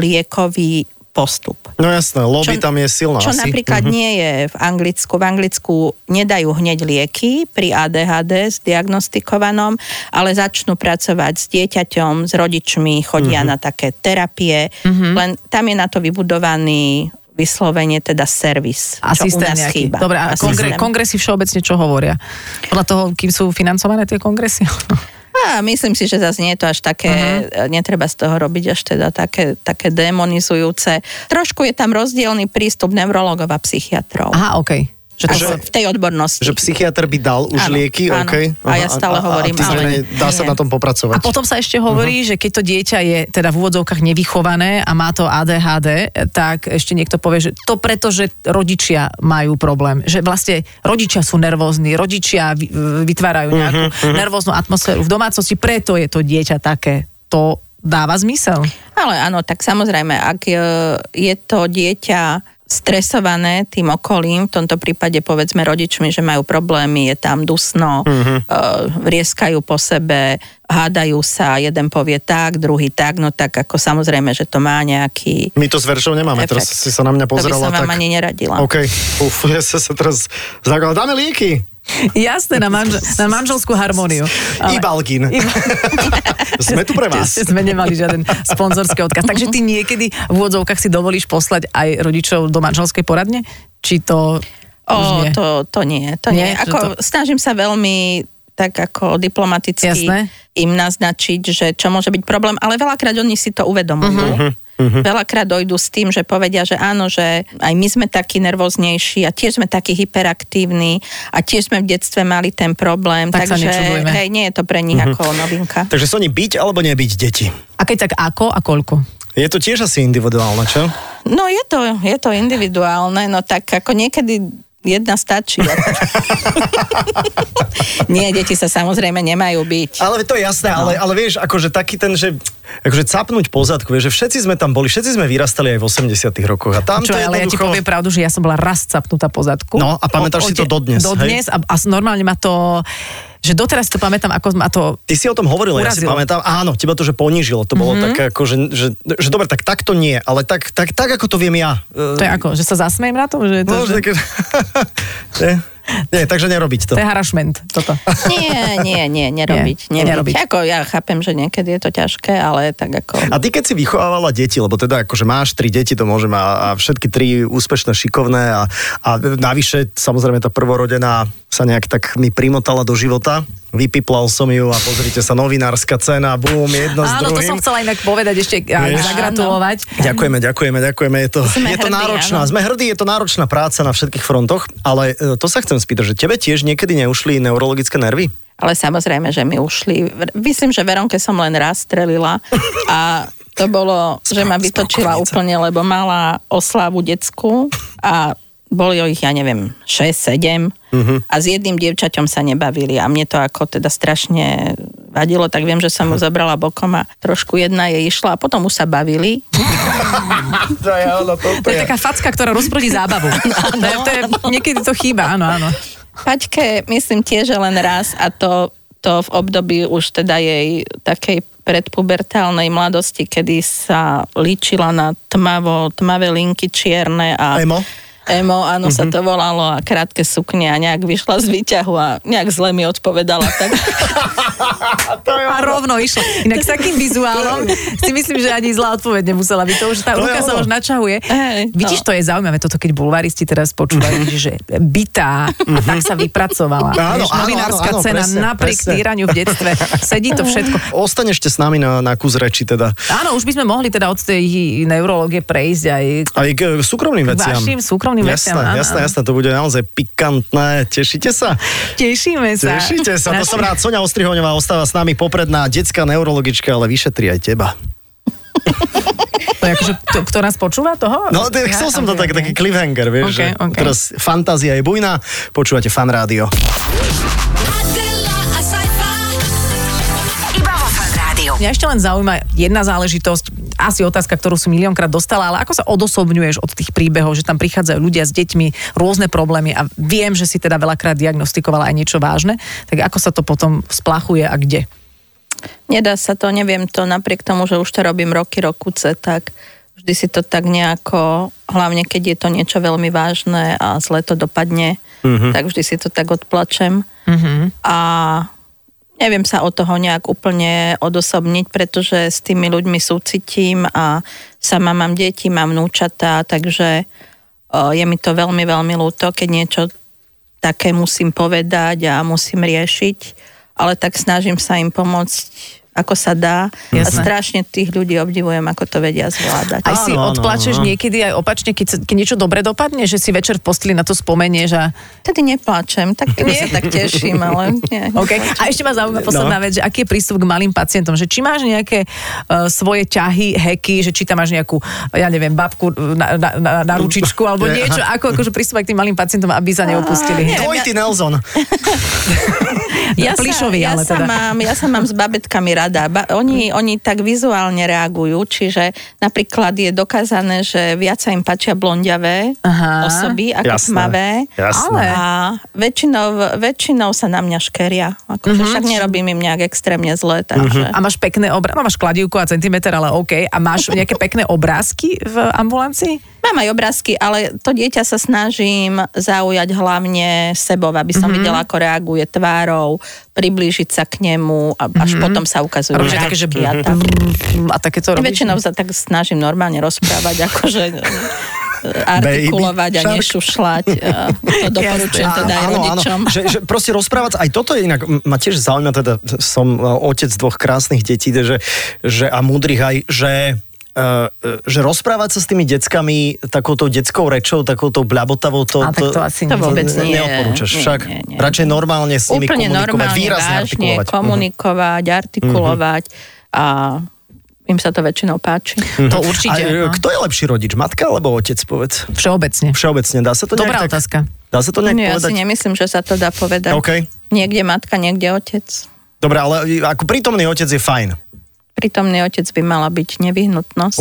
[SPEAKER 4] proliekový postup.
[SPEAKER 3] No jasné, lobby
[SPEAKER 4] Čo-
[SPEAKER 3] tam je silná
[SPEAKER 4] Čo
[SPEAKER 3] asi. Mhm.
[SPEAKER 4] napríklad nie je v Anglicku. V Anglicku nedajú hneď lieky pri ADHD s diagnostikovanom, ale začnú pracovať s dieťaťom, s rodičmi, chodia
[SPEAKER 3] Mhm.
[SPEAKER 4] na také terapie,
[SPEAKER 2] Mhm.
[SPEAKER 4] len tam je na to vybudovaný vyslovene teda servis,
[SPEAKER 2] A
[SPEAKER 4] čo u
[SPEAKER 2] systém
[SPEAKER 4] nás
[SPEAKER 2] nejaký.
[SPEAKER 4] chýba.
[SPEAKER 2] Dobre, a
[SPEAKER 4] Asistém.
[SPEAKER 2] kongre, kongresy všeobecne čo hovoria? Podľa toho, kým sú financované tie kongresy?
[SPEAKER 4] A myslím si, že zase nie je to až také,
[SPEAKER 2] Mhm.
[SPEAKER 4] uh-huh. netreba z toho robiť až teda také, také demonizujúce. Trošku je tam rozdielný prístup neurologov a psychiatrov.
[SPEAKER 2] Aha, okej. Že to
[SPEAKER 4] Ako
[SPEAKER 2] sa...
[SPEAKER 4] v tej odbornosti.
[SPEAKER 3] Že psychiatr by dal už
[SPEAKER 4] Áno,
[SPEAKER 3] lieky,
[SPEAKER 4] áno.
[SPEAKER 3] OK.
[SPEAKER 4] A ja stále
[SPEAKER 3] a
[SPEAKER 4] hovorím,
[SPEAKER 3] ty
[SPEAKER 4] ale
[SPEAKER 3] zmene- dá sa
[SPEAKER 4] nie.
[SPEAKER 3] na tom
[SPEAKER 2] A
[SPEAKER 3] popracovať.
[SPEAKER 2] potom sa ešte hovorí,
[SPEAKER 3] Mhm.
[SPEAKER 2] uh-huh. že keď to dieťa je teda v úvodzovkách nevychované a má to ADHD, tak ešte niekto povie, že to preto, že rodičia majú problém. Že vlastne rodičia sú nervózni, rodičia vy- vytvárajú nejakú
[SPEAKER 3] Mhm,
[SPEAKER 2] uh-huh. nervóznu atmosféru v domácnosti, preto je to dieťa také. To dáva zmysel.
[SPEAKER 4] Ale áno, tak samozrejme, ak e, je to dieťa stresované tým okolím, v tomto prípade povedzme rodičmi, že majú problémy, je tam dusno, mm-hmm. rieskajú po sebe, hádajú sa, jeden povie tak, druhý tak, no tak ako samozrejme, že to má nejaký
[SPEAKER 3] My to s veršou nemáme,
[SPEAKER 4] efekt.
[SPEAKER 3] teraz si sa na mňa pozerala
[SPEAKER 4] To by som vám
[SPEAKER 3] tak...
[SPEAKER 4] ani neradila.
[SPEAKER 3] OK, uf, ja sa, sa teraz zagal. Dáme lieky.
[SPEAKER 2] Jasné, na, manžel, na manželskú harmóniu.
[SPEAKER 3] Ale... Ibalgin. Sme tu pre vás.
[SPEAKER 2] Ešte sme nemali žiaden sponzorský odkaz. Takže ty niekedy v úvodzovkách si dovolíš poslať aj rodičov do manželskej poradne? Či to... už
[SPEAKER 4] O,
[SPEAKER 2] nie?
[SPEAKER 4] to, to nie, to nie.
[SPEAKER 2] Nie, že
[SPEAKER 4] Ako, Snažím sa veľmi tak ako diplomaticky
[SPEAKER 2] Jasné.
[SPEAKER 4] im naznačiť, že čo môže byť problém, ale veľakrát oni si to uvedomujú.
[SPEAKER 2] Mhm.
[SPEAKER 4] Uh-huh. Veľakrát dojdú s tým, že povedia, že áno, že aj my sme takí nervóznejší a tiež sme takí hyperaktívni a tiež sme v detstve mali ten problém,
[SPEAKER 2] Tak sa
[SPEAKER 4] takže
[SPEAKER 2] nečudujme.
[SPEAKER 4] hej, nie je to pre nich uh-huh. ako novinka.
[SPEAKER 3] Takže Soni, byť alebo nebyť deti?
[SPEAKER 2] A keď tak ako a koľko?
[SPEAKER 3] Je to tiež asi individuálne, čo?
[SPEAKER 4] No je to, je to individuálne, no tak ako niekedy jedna stačí. Nie, deti sa samozrejme nemajú byť.
[SPEAKER 3] Ale to je jasné,
[SPEAKER 2] No.
[SPEAKER 3] ale, ale vieš, akože taký ten, že akože capnúť pozadku, vieš, že všetci sme tam boli, všetci sme vyrastali aj v 80 rokoch a tam
[SPEAKER 2] Čo,
[SPEAKER 3] to
[SPEAKER 2] ale ja ti
[SPEAKER 3] jednoducho...
[SPEAKER 2] poviem pravdu, že ja som bola raz capnutá po zadku.
[SPEAKER 3] No, a pamätáš si to
[SPEAKER 2] te-
[SPEAKER 3] dodnes, hej?
[SPEAKER 2] Dodnes a, a s- normálne ma to... Že doteraz si to pamätám, ako ma to...
[SPEAKER 3] Ty si o tom hovorila, ja si
[SPEAKER 2] Urazilo. Mhm.
[SPEAKER 3] pamätám. Áno, teba to, že ponížilo. To bolo mm-hmm. také ako, že, že, že dobre, tak takto nie, ale tak, tak, tak ako to viem ja.
[SPEAKER 2] To je ako, že sa zasmejem na tom, že je to,
[SPEAKER 3] No,
[SPEAKER 2] že,
[SPEAKER 3] že... Také... nie, nie, takže nerobiť to.
[SPEAKER 2] to je harašment toto.
[SPEAKER 4] Nie, nie, nie, nerobiť.
[SPEAKER 2] Nie,
[SPEAKER 4] Nie,
[SPEAKER 2] nerobiť.
[SPEAKER 4] nerobiť. Ako ja chápem, že niekedy je to ťažké, ale tak ako...
[SPEAKER 3] A ty keď si vychovávala deti, lebo teda akože máš tri deti, to môžem a, a všetky tri úspešné, šikovné a, a navyše samozrejme tá prvorodená sa nejak tak mi primotala do života. Vypiplal som ju a pozrite sa, novinárska cena, bum, jedno s
[SPEAKER 2] Áno, to
[SPEAKER 3] druhým.
[SPEAKER 2] som chcela inak povedať ešte a
[SPEAKER 3] Vieš?
[SPEAKER 2] zagratulovať.
[SPEAKER 3] Ďakujeme, ďakujeme, ďakujeme. Je to,
[SPEAKER 4] Sme
[SPEAKER 3] je to
[SPEAKER 4] hrdí,
[SPEAKER 3] náročná,
[SPEAKER 4] áno.
[SPEAKER 3] sme hrdí, je to náročná práca na všetkých frontoch, ale e, to sa chcem spýtať, že tebe tiež niekedy neušli neurologické nervy?
[SPEAKER 4] Ale samozrejme, že mi ušli. Ver- Myslím, že Veronke som len raz strelila a to bolo, že ma vytočila
[SPEAKER 3] Spokojnica.
[SPEAKER 4] úplne, lebo mala oslavu detskú a boli o ich, ja neviem, 6-7 a s jedným dievčaťom sa nebavili a mne to ako teda strašne vadilo, tak viem, že som ju zobrala bokom a trošku jedna jej išla a potom už sa bavili
[SPEAKER 3] To je, ono,
[SPEAKER 2] To je taká facka, ktorá rozbrodí zábavu. to je, to je, niekedy to chýba, áno, áno.
[SPEAKER 4] Paťke, myslím tiež že len raz a to, to v období už teda jej takej predpubertálnej mladosti, kedy sa líčila na tmavo, tmavé linky čierne a...
[SPEAKER 3] Emo?
[SPEAKER 4] Emo, áno, sa to volalo a krátke sukne a nejak vyšla z výťahu a nejak zle mi odpovedala. Tak
[SPEAKER 2] A rovno išlo. Inak s takým vizuálom si myslím, že ani zlá odpoveď nemusela byť. To už tá
[SPEAKER 3] To je
[SPEAKER 2] ruka sa
[SPEAKER 3] ono. no.
[SPEAKER 2] už načahuje.
[SPEAKER 4] Hej,
[SPEAKER 2] Vidíš, to je zaujímavé, toto keď bulvaristi teraz počúvajú, že bytá a tak sa vypracovala.
[SPEAKER 3] Mhm. Áno,
[SPEAKER 2] Vieš,
[SPEAKER 3] áno,
[SPEAKER 2] Novinárska
[SPEAKER 3] áno, áno,
[SPEAKER 2] cena
[SPEAKER 3] presne,
[SPEAKER 2] napriek
[SPEAKER 3] presne.
[SPEAKER 2] týraniu v detstve. Sedí to všetko.
[SPEAKER 3] Ostaň ešte s nami na, na kus reči teda.
[SPEAKER 2] Áno, už by sme mohli teda od tej neurológie prejsť aj...
[SPEAKER 3] Aj k e, súkromným
[SPEAKER 2] K
[SPEAKER 3] veciam.
[SPEAKER 2] vašim súkromným veciam,
[SPEAKER 3] jasné,
[SPEAKER 2] áno,
[SPEAKER 3] Jasné,
[SPEAKER 2] áno.
[SPEAKER 3] jasné, to bude naozaj pikantné. Tešíte sa?
[SPEAKER 2] Tešíme sa.
[SPEAKER 3] Tešíte sa, to som rád. Sonia Ostrihoňová ostáva s nami popredná detská neurologička, ale vyšetri aj teba.
[SPEAKER 2] To je akože, to, kto nás počúva toho?
[SPEAKER 3] No, t- chcel som to tak, taký cliffhanger, vieš,
[SPEAKER 2] Ok,
[SPEAKER 3] okay,
[SPEAKER 2] ok.
[SPEAKER 3] okay. že teraz fantázia je bujná, počúvate fan rádio.
[SPEAKER 5] Adela, a sci-fi.
[SPEAKER 1] Iba vo Fan Rádiu.
[SPEAKER 2] Mňa ešte len zaujíma jedna záležitosť, asi otázka, ktorú som miliónkrát dostala, ale ako sa odosobňuješ od tých príbehov, že tam prichádzajú ľudia s deťmi, rôzne problémy a viem, že si teda veľakrát diagnostikovala aj niečo vážne, tak ako sa to potom splachuje a kde?
[SPEAKER 4] Nedá sa to, neviem to, napriek tomu, že už to robím roky, rokuce, tak vždy si to tak nejako, hlavne keď je to niečo veľmi vážne a zle to dopadne, tak vždy si to tak odplačem. A neviem sa od toho nejak úplne odosobniť, pretože s tými ľuďmi súcitím a sama mám deti, mám vnúčatá, takže o, je mi to veľmi, veľmi ľúto, keď niečo také musím povedať a musím riešiť, ale tak snažím sa im pomôcť ako sa dá. A
[SPEAKER 2] Jasné.
[SPEAKER 4] strašne tých ľudí obdivujem, ako to vedia zvládať.
[SPEAKER 2] Aj si
[SPEAKER 3] Áno, áno,
[SPEAKER 2] odplačeš
[SPEAKER 3] áno.
[SPEAKER 2] niekedy aj opačne, keď, sa- keď niečo dobre dopadne, že si večer v posteli na to spomenieš a
[SPEAKER 4] Tedy nepláčem, tak keby sa tak teším, ale nie.
[SPEAKER 2] OK. A ešte ma
[SPEAKER 3] No.
[SPEAKER 2] zaujíma posledná vec, že aký je prístup k malým pacientom, že či máš nejaké uh, svoje ťahy, heky, že či tam máš nejakú, ja neviem, babku na, na, na, na ručičku alebo
[SPEAKER 3] Je,
[SPEAKER 2] niečo, ako akože prístup k tým malým pacientom, aby sa neopustili.
[SPEAKER 3] Dvojitý Nelson.
[SPEAKER 2] Ja plišový,
[SPEAKER 4] ja
[SPEAKER 2] ale
[SPEAKER 4] sa
[SPEAKER 2] teda.
[SPEAKER 4] Mám, ja sa mám s babetkami rada. Ba, oni, oni tak vizuálne reagujú, čiže napríklad je dokázané, že viac sa im páčia blondiavé
[SPEAKER 2] Aha.
[SPEAKER 4] osoby ako
[SPEAKER 3] Jasné,
[SPEAKER 4] tmavé.
[SPEAKER 3] jasné.
[SPEAKER 2] Ale-
[SPEAKER 4] A väčšinou, väčšinou sa na mňa škeria. Akože
[SPEAKER 2] Mhm.
[SPEAKER 4] Však nerobím im nejak extrémne zle. Takže...
[SPEAKER 3] Mhm.
[SPEAKER 2] A máš pekné obrázky, no máš kladívku a centimeter, ale OK. A máš nejaké pekné obrázky v ambulancii?
[SPEAKER 3] Mm.
[SPEAKER 4] Mám aj obrázky, ale to dieťa sa snažím zaujať hlavne sebou, aby
[SPEAKER 2] Mhm.
[SPEAKER 4] som mm-hmm. videla, ako reaguje tvárou, priblížiť sa k nemu a až mm-hmm. potom sa ukazujú
[SPEAKER 2] Robíš Mhm. Akože také, že
[SPEAKER 4] mráčky a tak.
[SPEAKER 3] Mm.
[SPEAKER 2] A takéto
[SPEAKER 4] Ja
[SPEAKER 2] robíš?
[SPEAKER 4] Väčšinou sa tak snažím normálne rozprávať, akože e, artikulovať a
[SPEAKER 3] shark.
[SPEAKER 4] nešušľať. e, To doporučujem
[SPEAKER 3] Áno,
[SPEAKER 4] teda aj
[SPEAKER 3] áno, áno.
[SPEAKER 4] rodičom.
[SPEAKER 3] Že, že proste rozprávať, aj toto je inak, m- ma tiež zaujíma, teda som e, otec dvoch krásnych detí, teda, že, že a múdrych aj, že e, e, že rozprávať sa s tými deckami takouto detskou rečou, takouto bľabotavou, to,
[SPEAKER 2] A tak to asi
[SPEAKER 4] To
[SPEAKER 2] nie.
[SPEAKER 4] vôbec
[SPEAKER 3] ne-
[SPEAKER 4] nie.
[SPEAKER 3] Neodporúčaš
[SPEAKER 4] Nie,
[SPEAKER 3] však.
[SPEAKER 4] nie, nie.
[SPEAKER 3] Radšej normálne s nimi
[SPEAKER 4] Úplne
[SPEAKER 3] komunikovať,
[SPEAKER 4] normálne,
[SPEAKER 3] výrazne
[SPEAKER 4] vážne,
[SPEAKER 3] artikulovať. Mhm.
[SPEAKER 4] komunikovať, artikulovať a im sa to väčšinou páči.
[SPEAKER 3] Mhm.
[SPEAKER 2] To určite,
[SPEAKER 3] A, e,
[SPEAKER 2] no.
[SPEAKER 3] Kto je lepší rodič, matka alebo otec, povedz?
[SPEAKER 2] Všeobecne.
[SPEAKER 3] Všeobecne, dá sa to
[SPEAKER 2] Dobrá
[SPEAKER 3] nejak tak-
[SPEAKER 2] otázka.
[SPEAKER 3] Dá sa to nejak
[SPEAKER 4] Nie, No ja
[SPEAKER 3] povedať?
[SPEAKER 4] si nemyslím, že sa to dá povedať.
[SPEAKER 3] OK.
[SPEAKER 4] Niekde matka, niekde otec.
[SPEAKER 3] Dobre, ale e, ako prítomný otec je fajn.
[SPEAKER 4] Prítomný otec by mala byť nevyhnutnosť.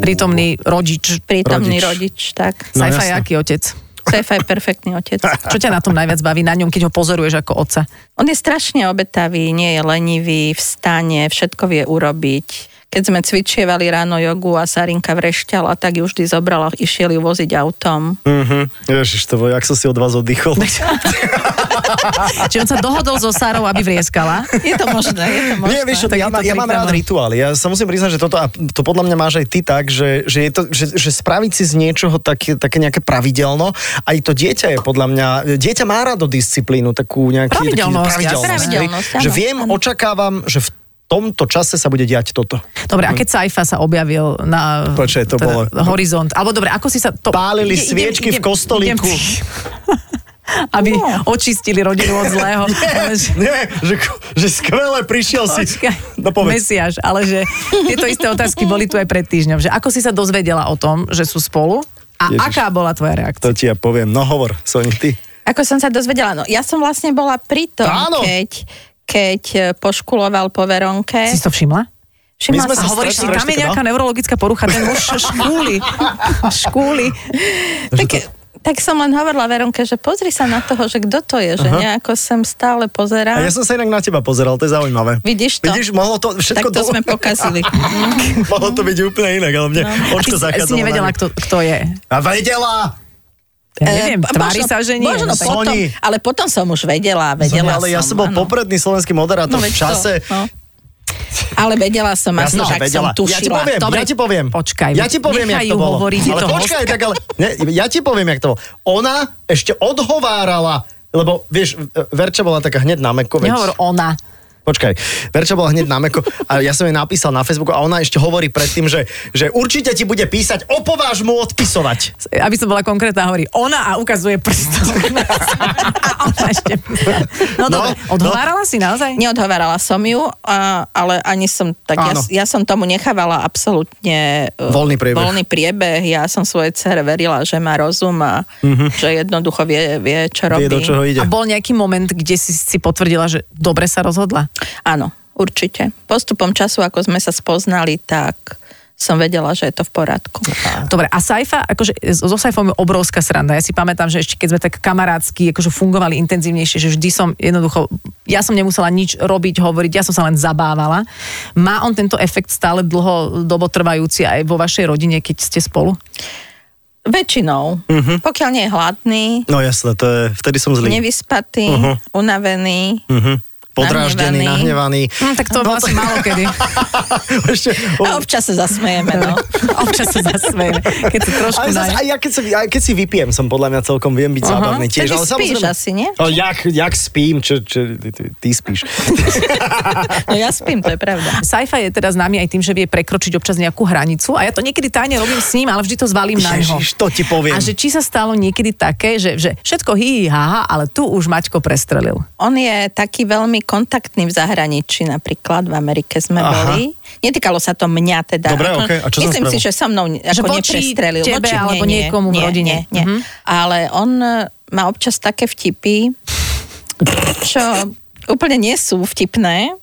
[SPEAKER 2] Prítomný rodič.
[SPEAKER 4] Prítomný
[SPEAKER 3] rodič.
[SPEAKER 4] rodič, tak.
[SPEAKER 3] No,
[SPEAKER 2] Sci-fi,
[SPEAKER 3] jasné.
[SPEAKER 2] aký otec?
[SPEAKER 4] Sef je perfektný otec.
[SPEAKER 2] Čo ťa na tom najviac baví, na ňom, keď ho pozoruješ ako otca?
[SPEAKER 4] On je strašne obetavý, nie je lenivý, vstane, všetko vie urobiť. Keď sme cvičievali ráno jogu a Sarinka vrešťala, tak ju vždy zobrala, išiel ju voziť autom.
[SPEAKER 3] Mhm. Ježiš, to bolo, jak som si od vás oddychol.
[SPEAKER 2] Čiže on sa dohodol so Sárou, aby vrieskala.
[SPEAKER 4] Je to možné, je to možné.
[SPEAKER 3] Nie, vieš, čo,
[SPEAKER 2] tak je
[SPEAKER 3] ja,
[SPEAKER 2] to
[SPEAKER 3] má, ja mám
[SPEAKER 2] príkladné.
[SPEAKER 3] rád rituály. Ja sa musím priznať, že toto, a to podľa mňa máš aj ty tak, že, že, je to, že, že spraviť si z niečoho také, také nejaké pravidelno, aj to dieťa je podľa mňa, dieťa má rado disciplínu, takú nejakú
[SPEAKER 2] Pravidelnosť,
[SPEAKER 3] pravidelnosť,
[SPEAKER 2] jasné.
[SPEAKER 3] hej?
[SPEAKER 4] Pravidelnosť, áno,
[SPEAKER 3] že viem,
[SPEAKER 4] áno.
[SPEAKER 3] očakávam, že v tomto čase sa bude diať toto.
[SPEAKER 2] Dobre, a keď Saifa sa objavil na teda
[SPEAKER 3] Počkaj, to bolo-
[SPEAKER 2] horizont, alebo dobre, ako si sa to...
[SPEAKER 3] Pálili
[SPEAKER 2] Ide- idem-
[SPEAKER 3] sviečky
[SPEAKER 2] idem-
[SPEAKER 3] v kostolíku.
[SPEAKER 2] idem- aby
[SPEAKER 4] No.
[SPEAKER 2] očistili rodinu od zlého. Ale že-
[SPEAKER 3] Nie, že, že skvele prišiel
[SPEAKER 2] Počkaj,
[SPEAKER 3] si. No povedz.
[SPEAKER 2] mesiaž, ale že tieto isté otázky boli tu aj pred týždňom. Že ako si sa dozvedela o tom, že sú spolu a
[SPEAKER 3] Ježiš.
[SPEAKER 2] aká bola tvoja reakcia?
[SPEAKER 3] To ti ja poviem. No hovor, Soni, ty.
[SPEAKER 4] Ako som sa dozvedela, no ja som vlastne bola pri tom,
[SPEAKER 3] Áno.
[SPEAKER 4] keď, keď eh, poškuloval po Veronke.
[SPEAKER 2] Si si to všimla?
[SPEAKER 4] Všimla
[SPEAKER 3] My sme
[SPEAKER 2] A
[SPEAKER 4] som-
[SPEAKER 3] sa
[SPEAKER 2] hovoríš si,
[SPEAKER 3] stretli
[SPEAKER 2] tam je
[SPEAKER 3] ešte,
[SPEAKER 2] nejaká neurologická porucha, ten muž škúli, škúli.
[SPEAKER 4] tak, Tak som len hovorila Veronke, že pozri sa na toho, že kto to je, že nejako sem stále pozerá.
[SPEAKER 3] A ja som sa inak na teba pozeral, to je zaujímavé.
[SPEAKER 4] Vidíš to?
[SPEAKER 3] Vidíš, mohlo to
[SPEAKER 4] tak
[SPEAKER 3] všetko...
[SPEAKER 4] to sme pokazili.
[SPEAKER 3] mohlo to byť úplne inak, ale mne no.
[SPEAKER 2] A ty
[SPEAKER 3] očko
[SPEAKER 2] si, si
[SPEAKER 3] zakázalo.
[SPEAKER 2] nevedela,
[SPEAKER 3] na-
[SPEAKER 2] kto, kto je.
[SPEAKER 3] A vedela!
[SPEAKER 2] Ja neviem,
[SPEAKER 4] Eh,
[SPEAKER 2] tvári
[SPEAKER 4] možno-
[SPEAKER 2] sa, že nie.
[SPEAKER 4] Možno
[SPEAKER 2] Však-
[SPEAKER 4] potom,
[SPEAKER 3] Oni-
[SPEAKER 4] ale potom som už vedela,
[SPEAKER 3] Sonia,
[SPEAKER 4] vedela
[SPEAKER 3] ale
[SPEAKER 4] som,
[SPEAKER 3] ja som bol
[SPEAKER 4] áno.
[SPEAKER 3] popredný slovenský moderátor
[SPEAKER 4] No,
[SPEAKER 3] v
[SPEAKER 4] veď to,
[SPEAKER 3] čase.
[SPEAKER 4] no. Ale vedela som asi,
[SPEAKER 3] Jasné, že
[SPEAKER 4] tak
[SPEAKER 3] vedela.
[SPEAKER 4] som tušila.
[SPEAKER 3] Ja ti poviem,
[SPEAKER 2] Dobre,
[SPEAKER 3] ja ti poviem.
[SPEAKER 2] počkaj,
[SPEAKER 3] Ja ti poviem,
[SPEAKER 2] nechaj
[SPEAKER 3] jak to
[SPEAKER 2] ju
[SPEAKER 3] bolo.
[SPEAKER 2] hovoriť, je
[SPEAKER 3] ale
[SPEAKER 2] to
[SPEAKER 3] počkaj,
[SPEAKER 2] hostka.
[SPEAKER 3] tak ale... Ne, ja ti poviem, jak to bolo. Ona ešte odhovárala, lebo vieš, Verča bola taká hneď na meko. veď-
[SPEAKER 2] Nehovor ona.
[SPEAKER 3] Počkaj, Verča bola hneď na meko a ja som jej napísal na Facebooku a ona ešte hovorí predtým, že, že určite ti bude písať, opováž mu odpisovať.
[SPEAKER 2] Aby som bola konkrétna, hovorí ona a ukazuje prstom. na seba. a ona ešte. No,
[SPEAKER 3] No,
[SPEAKER 2] dobre,
[SPEAKER 3] no.
[SPEAKER 2] odhovárala si naozaj?
[SPEAKER 4] Neodhovárala som ju, a, ale ani som tak, ja,
[SPEAKER 3] Áno.
[SPEAKER 4] ja som tomu nechávala absolútne e,
[SPEAKER 3] Voľný priebeh.
[SPEAKER 4] voľný priebeh. Ja som svojej cere verila, že má rozum a že jednoducho vie, vie čo
[SPEAKER 3] Mhm.
[SPEAKER 4] robí.
[SPEAKER 3] Vie, do čoho ide.
[SPEAKER 2] A bol nejaký moment, kde si si potvrdila, že dobre sa rozhodla?
[SPEAKER 4] Áno, určite. Postupom času, ako sme sa spoznali, tak som vedela, že je to v poriadku.
[SPEAKER 3] Mhm.
[SPEAKER 2] Dobre, a Saifa, akože s- so Saifom je obrovská sranda. Ja si pamätám, že ešte keď sme tak kamarátsky akože fungovali intenzívnejšie, že vždy som jednoducho, ja som nemusela nič robiť, hovoriť, ja som sa len zabávala. Má on tento efekt stále dlho dobotrvajúci aj vo vašej rodine, keď ste spolu?
[SPEAKER 4] Väčšinou.
[SPEAKER 3] Mhm.
[SPEAKER 4] Pokiaľ nie je hladný,
[SPEAKER 3] No jasné, to je, vtedy som zlý.
[SPEAKER 4] nevyspatý,
[SPEAKER 3] Mhm.
[SPEAKER 4] unavený.
[SPEAKER 3] Mhm. Podráždený,
[SPEAKER 4] Nahnevaný.
[SPEAKER 3] nahnevaný.
[SPEAKER 2] Hm, tak to no, vlastne málo kedy.
[SPEAKER 3] Ešte,
[SPEAKER 4] A občas sa zasmejeme, no.
[SPEAKER 2] Občas sa zasmejeme, keď si trošku
[SPEAKER 3] Aj,
[SPEAKER 2] naj...
[SPEAKER 3] zas, aj, ja keď sa, aj keď si vypijem, som podľa mňa celkom viem byť
[SPEAKER 2] Aha.
[SPEAKER 3] zábavný tiež.
[SPEAKER 4] Takže
[SPEAKER 3] ale
[SPEAKER 4] spíš asi, nie?
[SPEAKER 3] Ale jak, jak spím, čo, čo, ty, ty, ty spíš.
[SPEAKER 4] no. Ja spím, to je pravda.
[SPEAKER 2] Saifa je teda známy aj tým, že vie prekročiť občas nejakú hranicu a ja to niekedy tajne robím s ním, ale vždy to zvalím na neho.
[SPEAKER 3] Ježiš, to ti
[SPEAKER 2] A
[SPEAKER 3] poviem.
[SPEAKER 2] že či sa stalo niekedy také, že, že všetko hi, hi, ha, ha, ale tu už Maťko prestrelil.
[SPEAKER 4] On je taký veľmi kontaktný v zahraničí, napríklad v Amerike sme
[SPEAKER 3] Aha.
[SPEAKER 4] Aha. boli. Netýkalo sa to mňa teda.
[SPEAKER 3] Dobre,
[SPEAKER 4] Ako-
[SPEAKER 3] okej, a čo som
[SPEAKER 4] Myslím si,
[SPEAKER 3] spravil?
[SPEAKER 4] že so mnou ako
[SPEAKER 2] Že voči
[SPEAKER 4] neprestrelil.
[SPEAKER 2] tebe
[SPEAKER 4] voči,
[SPEAKER 2] alebo
[SPEAKER 4] nie, nie,
[SPEAKER 2] niekomu v
[SPEAKER 4] nie,
[SPEAKER 2] rodine.
[SPEAKER 4] Nie, nie.
[SPEAKER 2] Mhm.
[SPEAKER 4] Ale on e, má občas také vtipy, čo úplne nie sú vtipné.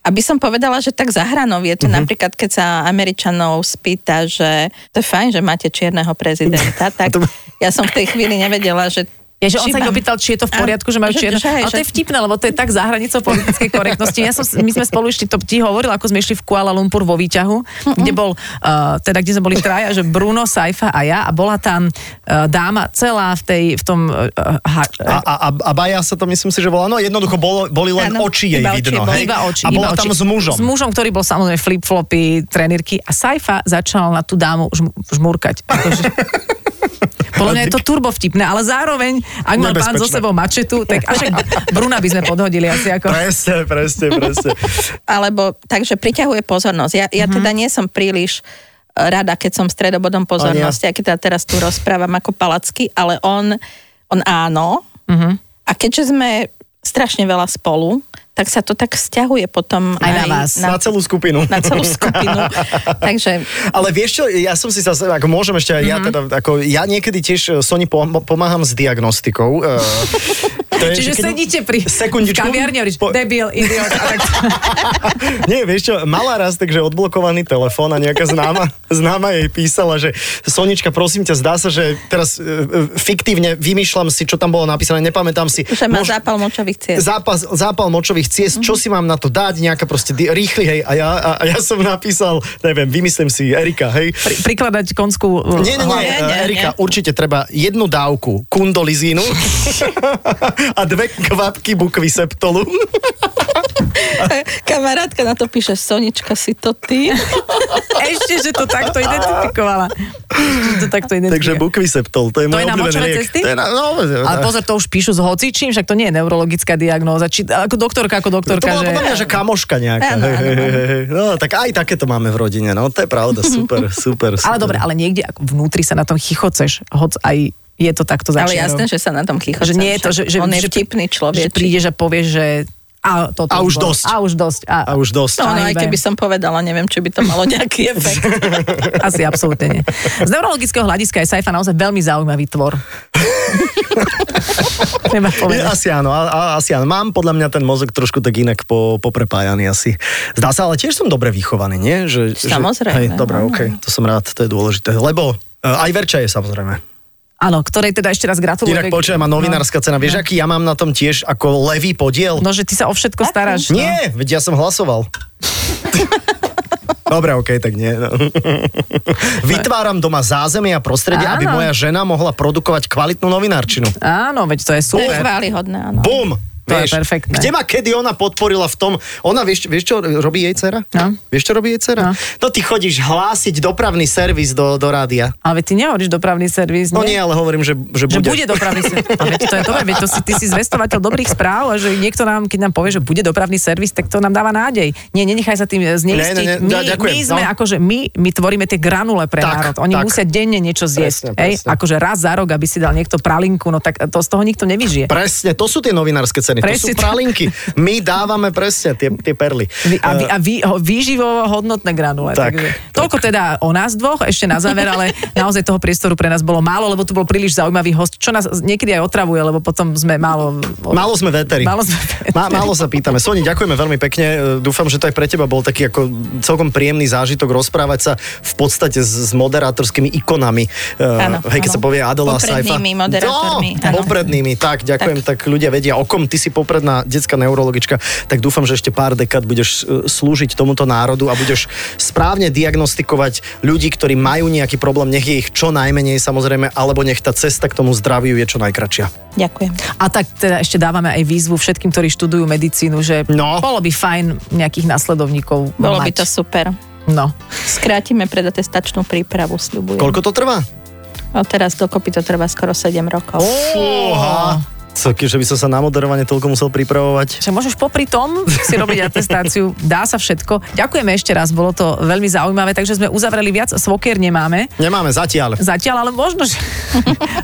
[SPEAKER 4] Aby som povedala, že tak zahranov je to
[SPEAKER 3] Mhm.
[SPEAKER 4] napríklad, keď sa Američanov spýta, že to je fajn, že máte čierneho prezidenta, tak
[SPEAKER 3] to-
[SPEAKER 4] ja som v tej chvíli nevedela, že
[SPEAKER 2] Ja, že on
[SPEAKER 4] či
[SPEAKER 2] sa ich
[SPEAKER 4] mám-
[SPEAKER 2] opýtal, či je to v
[SPEAKER 4] Áno,
[SPEAKER 2] poriadku, že majú
[SPEAKER 4] že-
[SPEAKER 2] čierno.
[SPEAKER 4] že hej,
[SPEAKER 2] Ale to
[SPEAKER 4] že-
[SPEAKER 2] je vtipné, lebo to je tak za hranicou politickej korektnosti. Ja som, s- my sme spolu išli, to ti hovorila, ako sme išli v Kuala Lumpur vo výťahu, kde bol, uh, teda kde sme boli traja, že Bruno, Saifa a ja a bola tam uh, dáma celá v tej, v tom uh, ha,
[SPEAKER 3] A, a, a, a Baja sa to myslím si, že volá. No jednoducho bolo, boli len
[SPEAKER 4] Áno,
[SPEAKER 3] oči jej
[SPEAKER 4] iba oči
[SPEAKER 3] vidno.
[SPEAKER 2] No,
[SPEAKER 3] hej?
[SPEAKER 4] boli.
[SPEAKER 2] Iba oči.
[SPEAKER 3] a
[SPEAKER 2] iba
[SPEAKER 3] bola
[SPEAKER 2] oči.
[SPEAKER 3] tam s mužom.
[SPEAKER 2] S mužom, ktorý bol samozrejme flip-flopy, trenírky a Saifa začal na tú dámu žm- žmurkať. Akože- Podľa mňa je to turbo vtipné, ale zároveň, ak mal pán so
[SPEAKER 3] Nebezpečné.
[SPEAKER 2] sebou mačetu, tak až Bruna by sme podhodili asi ako...
[SPEAKER 3] Presne, presne, presne.
[SPEAKER 4] alebo takže priťahuje pozornosť. Ja,
[SPEAKER 2] Mhm.
[SPEAKER 4] ja teda nie som príliš e, rada, keď som stredobodom pozornosti, a keď teda teraz tu rozprávam ako palacky, ale on, on áno.
[SPEAKER 2] Mhm.
[SPEAKER 4] A keďže sme strašne veľa spolu, tak sa to tak vzťahuje potom
[SPEAKER 2] Aj na vás.
[SPEAKER 3] Na celú skupinu.
[SPEAKER 4] na celú skupinu. Takže
[SPEAKER 3] Ale vieš čo, ja som si sa, ako môžem ešte aj ja,
[SPEAKER 2] Mhm.
[SPEAKER 3] teda, ako ja niekedy tiež e, Soni pom- pomáham s diagnostikou. e, to je,
[SPEAKER 2] Čiže
[SPEAKER 3] že keď-
[SPEAKER 2] sedíte pri v
[SPEAKER 3] Sekundičku.
[SPEAKER 2] kaviarni a hovoríš,
[SPEAKER 3] Po-
[SPEAKER 2] debil, idiot. A tak,
[SPEAKER 3] Nie, vieš čo, mala raz, takže odblokovaný telefón a nejaká známa, známa jej písala, že Sonička, prosím ťa, zdá sa, že teraz e, e, fiktívne vymýšľam si, čo tam bolo napísané, nepamätám si.
[SPEAKER 4] že má
[SPEAKER 3] Môž-
[SPEAKER 4] zápal močových ciest.
[SPEAKER 3] Zápas, zápal močových ciest, čo
[SPEAKER 4] Mhm.
[SPEAKER 3] si mám na to dať, nejaká proste di- rýchly, hej, a ja, a, a ja som napísal, neviem, vymyslím si Erika, hej.
[SPEAKER 2] pri, prikladať konskú...
[SPEAKER 3] Nie, nie, nie,
[SPEAKER 4] Nie, nie, nie.
[SPEAKER 3] Erika, určite treba jednu dávku kundolizínu a dve kvapky bukvy septolu.
[SPEAKER 4] Kamarátka na to píše, Sonička, si to ty?
[SPEAKER 2] Ešte, že to takto identifikovala. Ešte, že to takto
[SPEAKER 3] Takže
[SPEAKER 2] identifikovala.
[SPEAKER 3] bukvy septol, to je môj
[SPEAKER 2] je na
[SPEAKER 3] obľúbený
[SPEAKER 2] močové
[SPEAKER 3] liek.
[SPEAKER 2] cesty?
[SPEAKER 3] To je na, no,
[SPEAKER 2] Ale pozor, to už píšu s hocičím, však to nie je neurologická diagnóza. Či, ako doktorka, ako
[SPEAKER 3] No to
[SPEAKER 2] doktorka,
[SPEAKER 3] bola
[SPEAKER 2] že...
[SPEAKER 3] podľa mňa, že kamoška nejaká.
[SPEAKER 4] Áno,
[SPEAKER 3] Hej,
[SPEAKER 4] áno,
[SPEAKER 3] hej, hej, hej. No, tak aj takéto máme v rodine, no, to je pravda, super, super. super.
[SPEAKER 2] Ale dobre, ale niekde ako vnútri sa na tom chichoceš, hoc aj je to takto
[SPEAKER 4] Ale
[SPEAKER 2] začiarov.
[SPEAKER 4] jasné, že sa na tom chichocam.
[SPEAKER 2] Že nie je to, že, že,
[SPEAKER 4] on je
[SPEAKER 2] že,
[SPEAKER 4] vtipný
[SPEAKER 2] Že
[SPEAKER 4] človek.
[SPEAKER 2] prídeš a povieš, že a, toto
[SPEAKER 3] A už
[SPEAKER 2] bolo.
[SPEAKER 3] dosť.
[SPEAKER 2] A už dosť. A,
[SPEAKER 3] A už dosť.
[SPEAKER 4] No, no, aj
[SPEAKER 2] Ibe.
[SPEAKER 4] keby som povedala, neviem, či by to malo nejaký efekt.
[SPEAKER 2] Asi absolútne nie. Z neurologického hľadiska je Saifa naozaj veľmi zaujímavý tvor. Treba
[SPEAKER 3] Je,
[SPEAKER 2] povedať.
[SPEAKER 3] asi áno, a, a, asi áno. Mám podľa mňa ten mozog trošku tak inak po, poprepájaný asi. Zdá sa, ale tiež som dobre vychovaný, nie? Že,
[SPEAKER 4] Samozrejme,
[SPEAKER 2] Mhm.
[SPEAKER 3] Že, hej, dobre, eh,
[SPEAKER 4] áno.
[SPEAKER 3] okej, to som rád, to je dôležité. Lebo e, aj Verča je samozrejme.
[SPEAKER 2] Áno, ktorej teda ešte raz gratulujeme.
[SPEAKER 3] Inak počujem, a novinárska cena. Vieš, aký ja mám na tom tiež ako levý podiel?
[SPEAKER 2] No, že ty sa o všetko staráš. no.
[SPEAKER 3] Nie, veď ja som hlasoval. Dobre, okej, tak nie. No. Vytváram doma zázemie a prostredie, aby
[SPEAKER 2] Áno.
[SPEAKER 3] moja žena mohla produkovať kvalitnú novinárčinu.
[SPEAKER 2] Áno, veď to je
[SPEAKER 4] To je
[SPEAKER 2] super.
[SPEAKER 4] chválihodné, áno.
[SPEAKER 3] Bum!
[SPEAKER 2] To je
[SPEAKER 3] Vieš,
[SPEAKER 2] perfektné.
[SPEAKER 3] Kde ma kedy ona podporila v tom, ona vieš, vieš čo robí jej dcera?
[SPEAKER 2] No.
[SPEAKER 3] Vieš čo robí jej
[SPEAKER 2] No.
[SPEAKER 3] dcera? No ty chodíš hlásiť dopravný servis do, do rádia.
[SPEAKER 2] Ale veď ty nehovoríš dopravný servis,
[SPEAKER 3] No nie, ale hovorím, že, že
[SPEAKER 2] Že
[SPEAKER 3] bude.
[SPEAKER 2] bude dopravný servis. A Veď to je dobré, veď to si, ty si zvestovateľ dobrých správ a že niekto nám, keď nám povie, že bude dopravný servis, tak to nám dáva nádej. Nie, nenechaj sa tým eh, zneistiť.
[SPEAKER 3] Ne, ne,
[SPEAKER 2] my,
[SPEAKER 3] ne, da- ďakujem,
[SPEAKER 2] my sme
[SPEAKER 3] no.
[SPEAKER 2] akože, my, my tvoríme tie granule pre
[SPEAKER 3] Tak,
[SPEAKER 2] národ. Oni
[SPEAKER 3] tak.
[SPEAKER 2] musia denne niečo zjesť.
[SPEAKER 3] Presne,
[SPEAKER 2] hej?
[SPEAKER 3] presne.
[SPEAKER 2] Akože raz za rok, aby si dal niekto pralinku, no tak to z toho nikto nevyžije.
[SPEAKER 3] Presne, to sú tie novinárske ceny,
[SPEAKER 2] Presne
[SPEAKER 3] to sú
[SPEAKER 2] tak.
[SPEAKER 3] pralinky. My dávame presne tie, tie perly.
[SPEAKER 2] Vy- A, vy, a vy, ho, výživovo hodnotné granule.
[SPEAKER 3] eh. Tak,
[SPEAKER 2] takže. Toľko teda o nás dvoch, ešte na záver, ale naozaj toho priestoru pre nás bolo málo, lebo tu bol príliš zaujímavý host, čo nás niekedy aj otravuje, lebo potom sme málo...
[SPEAKER 3] Málo sme veteri.
[SPEAKER 2] Málo sme veteri.
[SPEAKER 3] Má, málo sa pýtame. Soni, ďakujeme veľmi pekne. E, Dúfam, že to aj pre teba bol taký ako celkom príjemný zážitok rozprávať sa v podstate s, s moderátorskými ikonami. E,
[SPEAKER 4] Áno,
[SPEAKER 3] hej, keď
[SPEAKER 4] áno.
[SPEAKER 3] sa povie Adela Saifa.
[SPEAKER 4] Poprednými moderátormi,
[SPEAKER 3] No,
[SPEAKER 4] áno.
[SPEAKER 3] poprednými, tak, ďakujem. Tak. tak ľudia vedia, o kom ty si popredná detská neurologička, tak dúfam, že ešte pár dekad budeš e, slúžiť tomuto národu a budeš správne diagnostikovať ľudí, ktorí majú nejaký problém, nech je ich čo najmenej samozrejme, alebo nech tá cesta k tomu zdraviu je čo najkračšia.
[SPEAKER 4] Ďakujem.
[SPEAKER 2] A tak teda ešte dávame aj výzvu všetkým, ktorí študujú medicínu, že
[SPEAKER 3] No.
[SPEAKER 2] bolo by fajn nejakých nasledovníkov
[SPEAKER 4] Bolo
[SPEAKER 2] mať.
[SPEAKER 4] by to super.
[SPEAKER 2] No.
[SPEAKER 4] Skrátime predatestačnú prípravu, sľubujem.
[SPEAKER 3] Koľko to trvá?
[SPEAKER 4] No teraz dokopy to trvá skoro 7 rokov.
[SPEAKER 3] Fúha. Co, keďže by som sa na moderovanie toľko musel pripravovať.
[SPEAKER 2] Že môžeš popri tom si robiť atestáciu, dá sa všetko. Ďakujeme ešte raz, bolo to veľmi zaujímavé, takže sme uzavreli viac, svokier nemáme.
[SPEAKER 3] Nemáme zatiaľ.
[SPEAKER 2] Zatiaľ, ale možno, že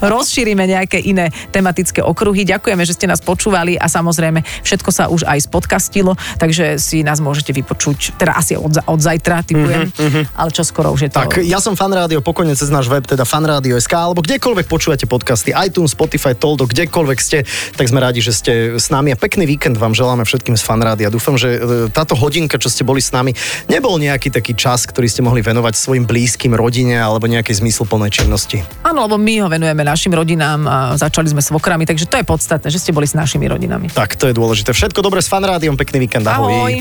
[SPEAKER 2] rozšírime nejaké iné tematické okruhy. Ďakujeme, že ste nás počúvali a samozrejme všetko sa už aj spodkastilo, takže si nás môžete vypočuť, teda asi od, za- od zajtra, typujem, ale čo skoro už je to.
[SPEAKER 3] Mhm, Tak, ja som fanrádio, pokojne cez náš web, teda fanradio.sk, alebo kdekoľvek počúvate podcasty, iTunes, Spotify, Toldo, kdekoľvek ste, tak sme radi, že ste s nami a pekný víkend vám želáme všetkým z fanrádia. Dúfam, že e, táto hodinka, čo ste boli s nami, nebol nejaký taký čas, ktorý ste mohli venovať svojim blízkym, rodine alebo nejakej zmysluplnej činnosti.
[SPEAKER 2] Áno, lebo my ho venujeme našim rodinám a začali sme s vokrami, takže to je podstatné, že ste boli s našimi rodinami.
[SPEAKER 3] Tak, to je dôležité. Všetko dobré s fanrádiom, pekný víkend, ahoj.
[SPEAKER 2] Ahoj.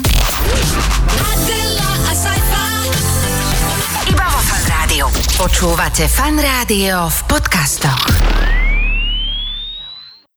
[SPEAKER 5] Adela, a sci-fi.
[SPEAKER 1] Iba vo Fan Rádiu. Počúvate Fan Rádio v podcastoch.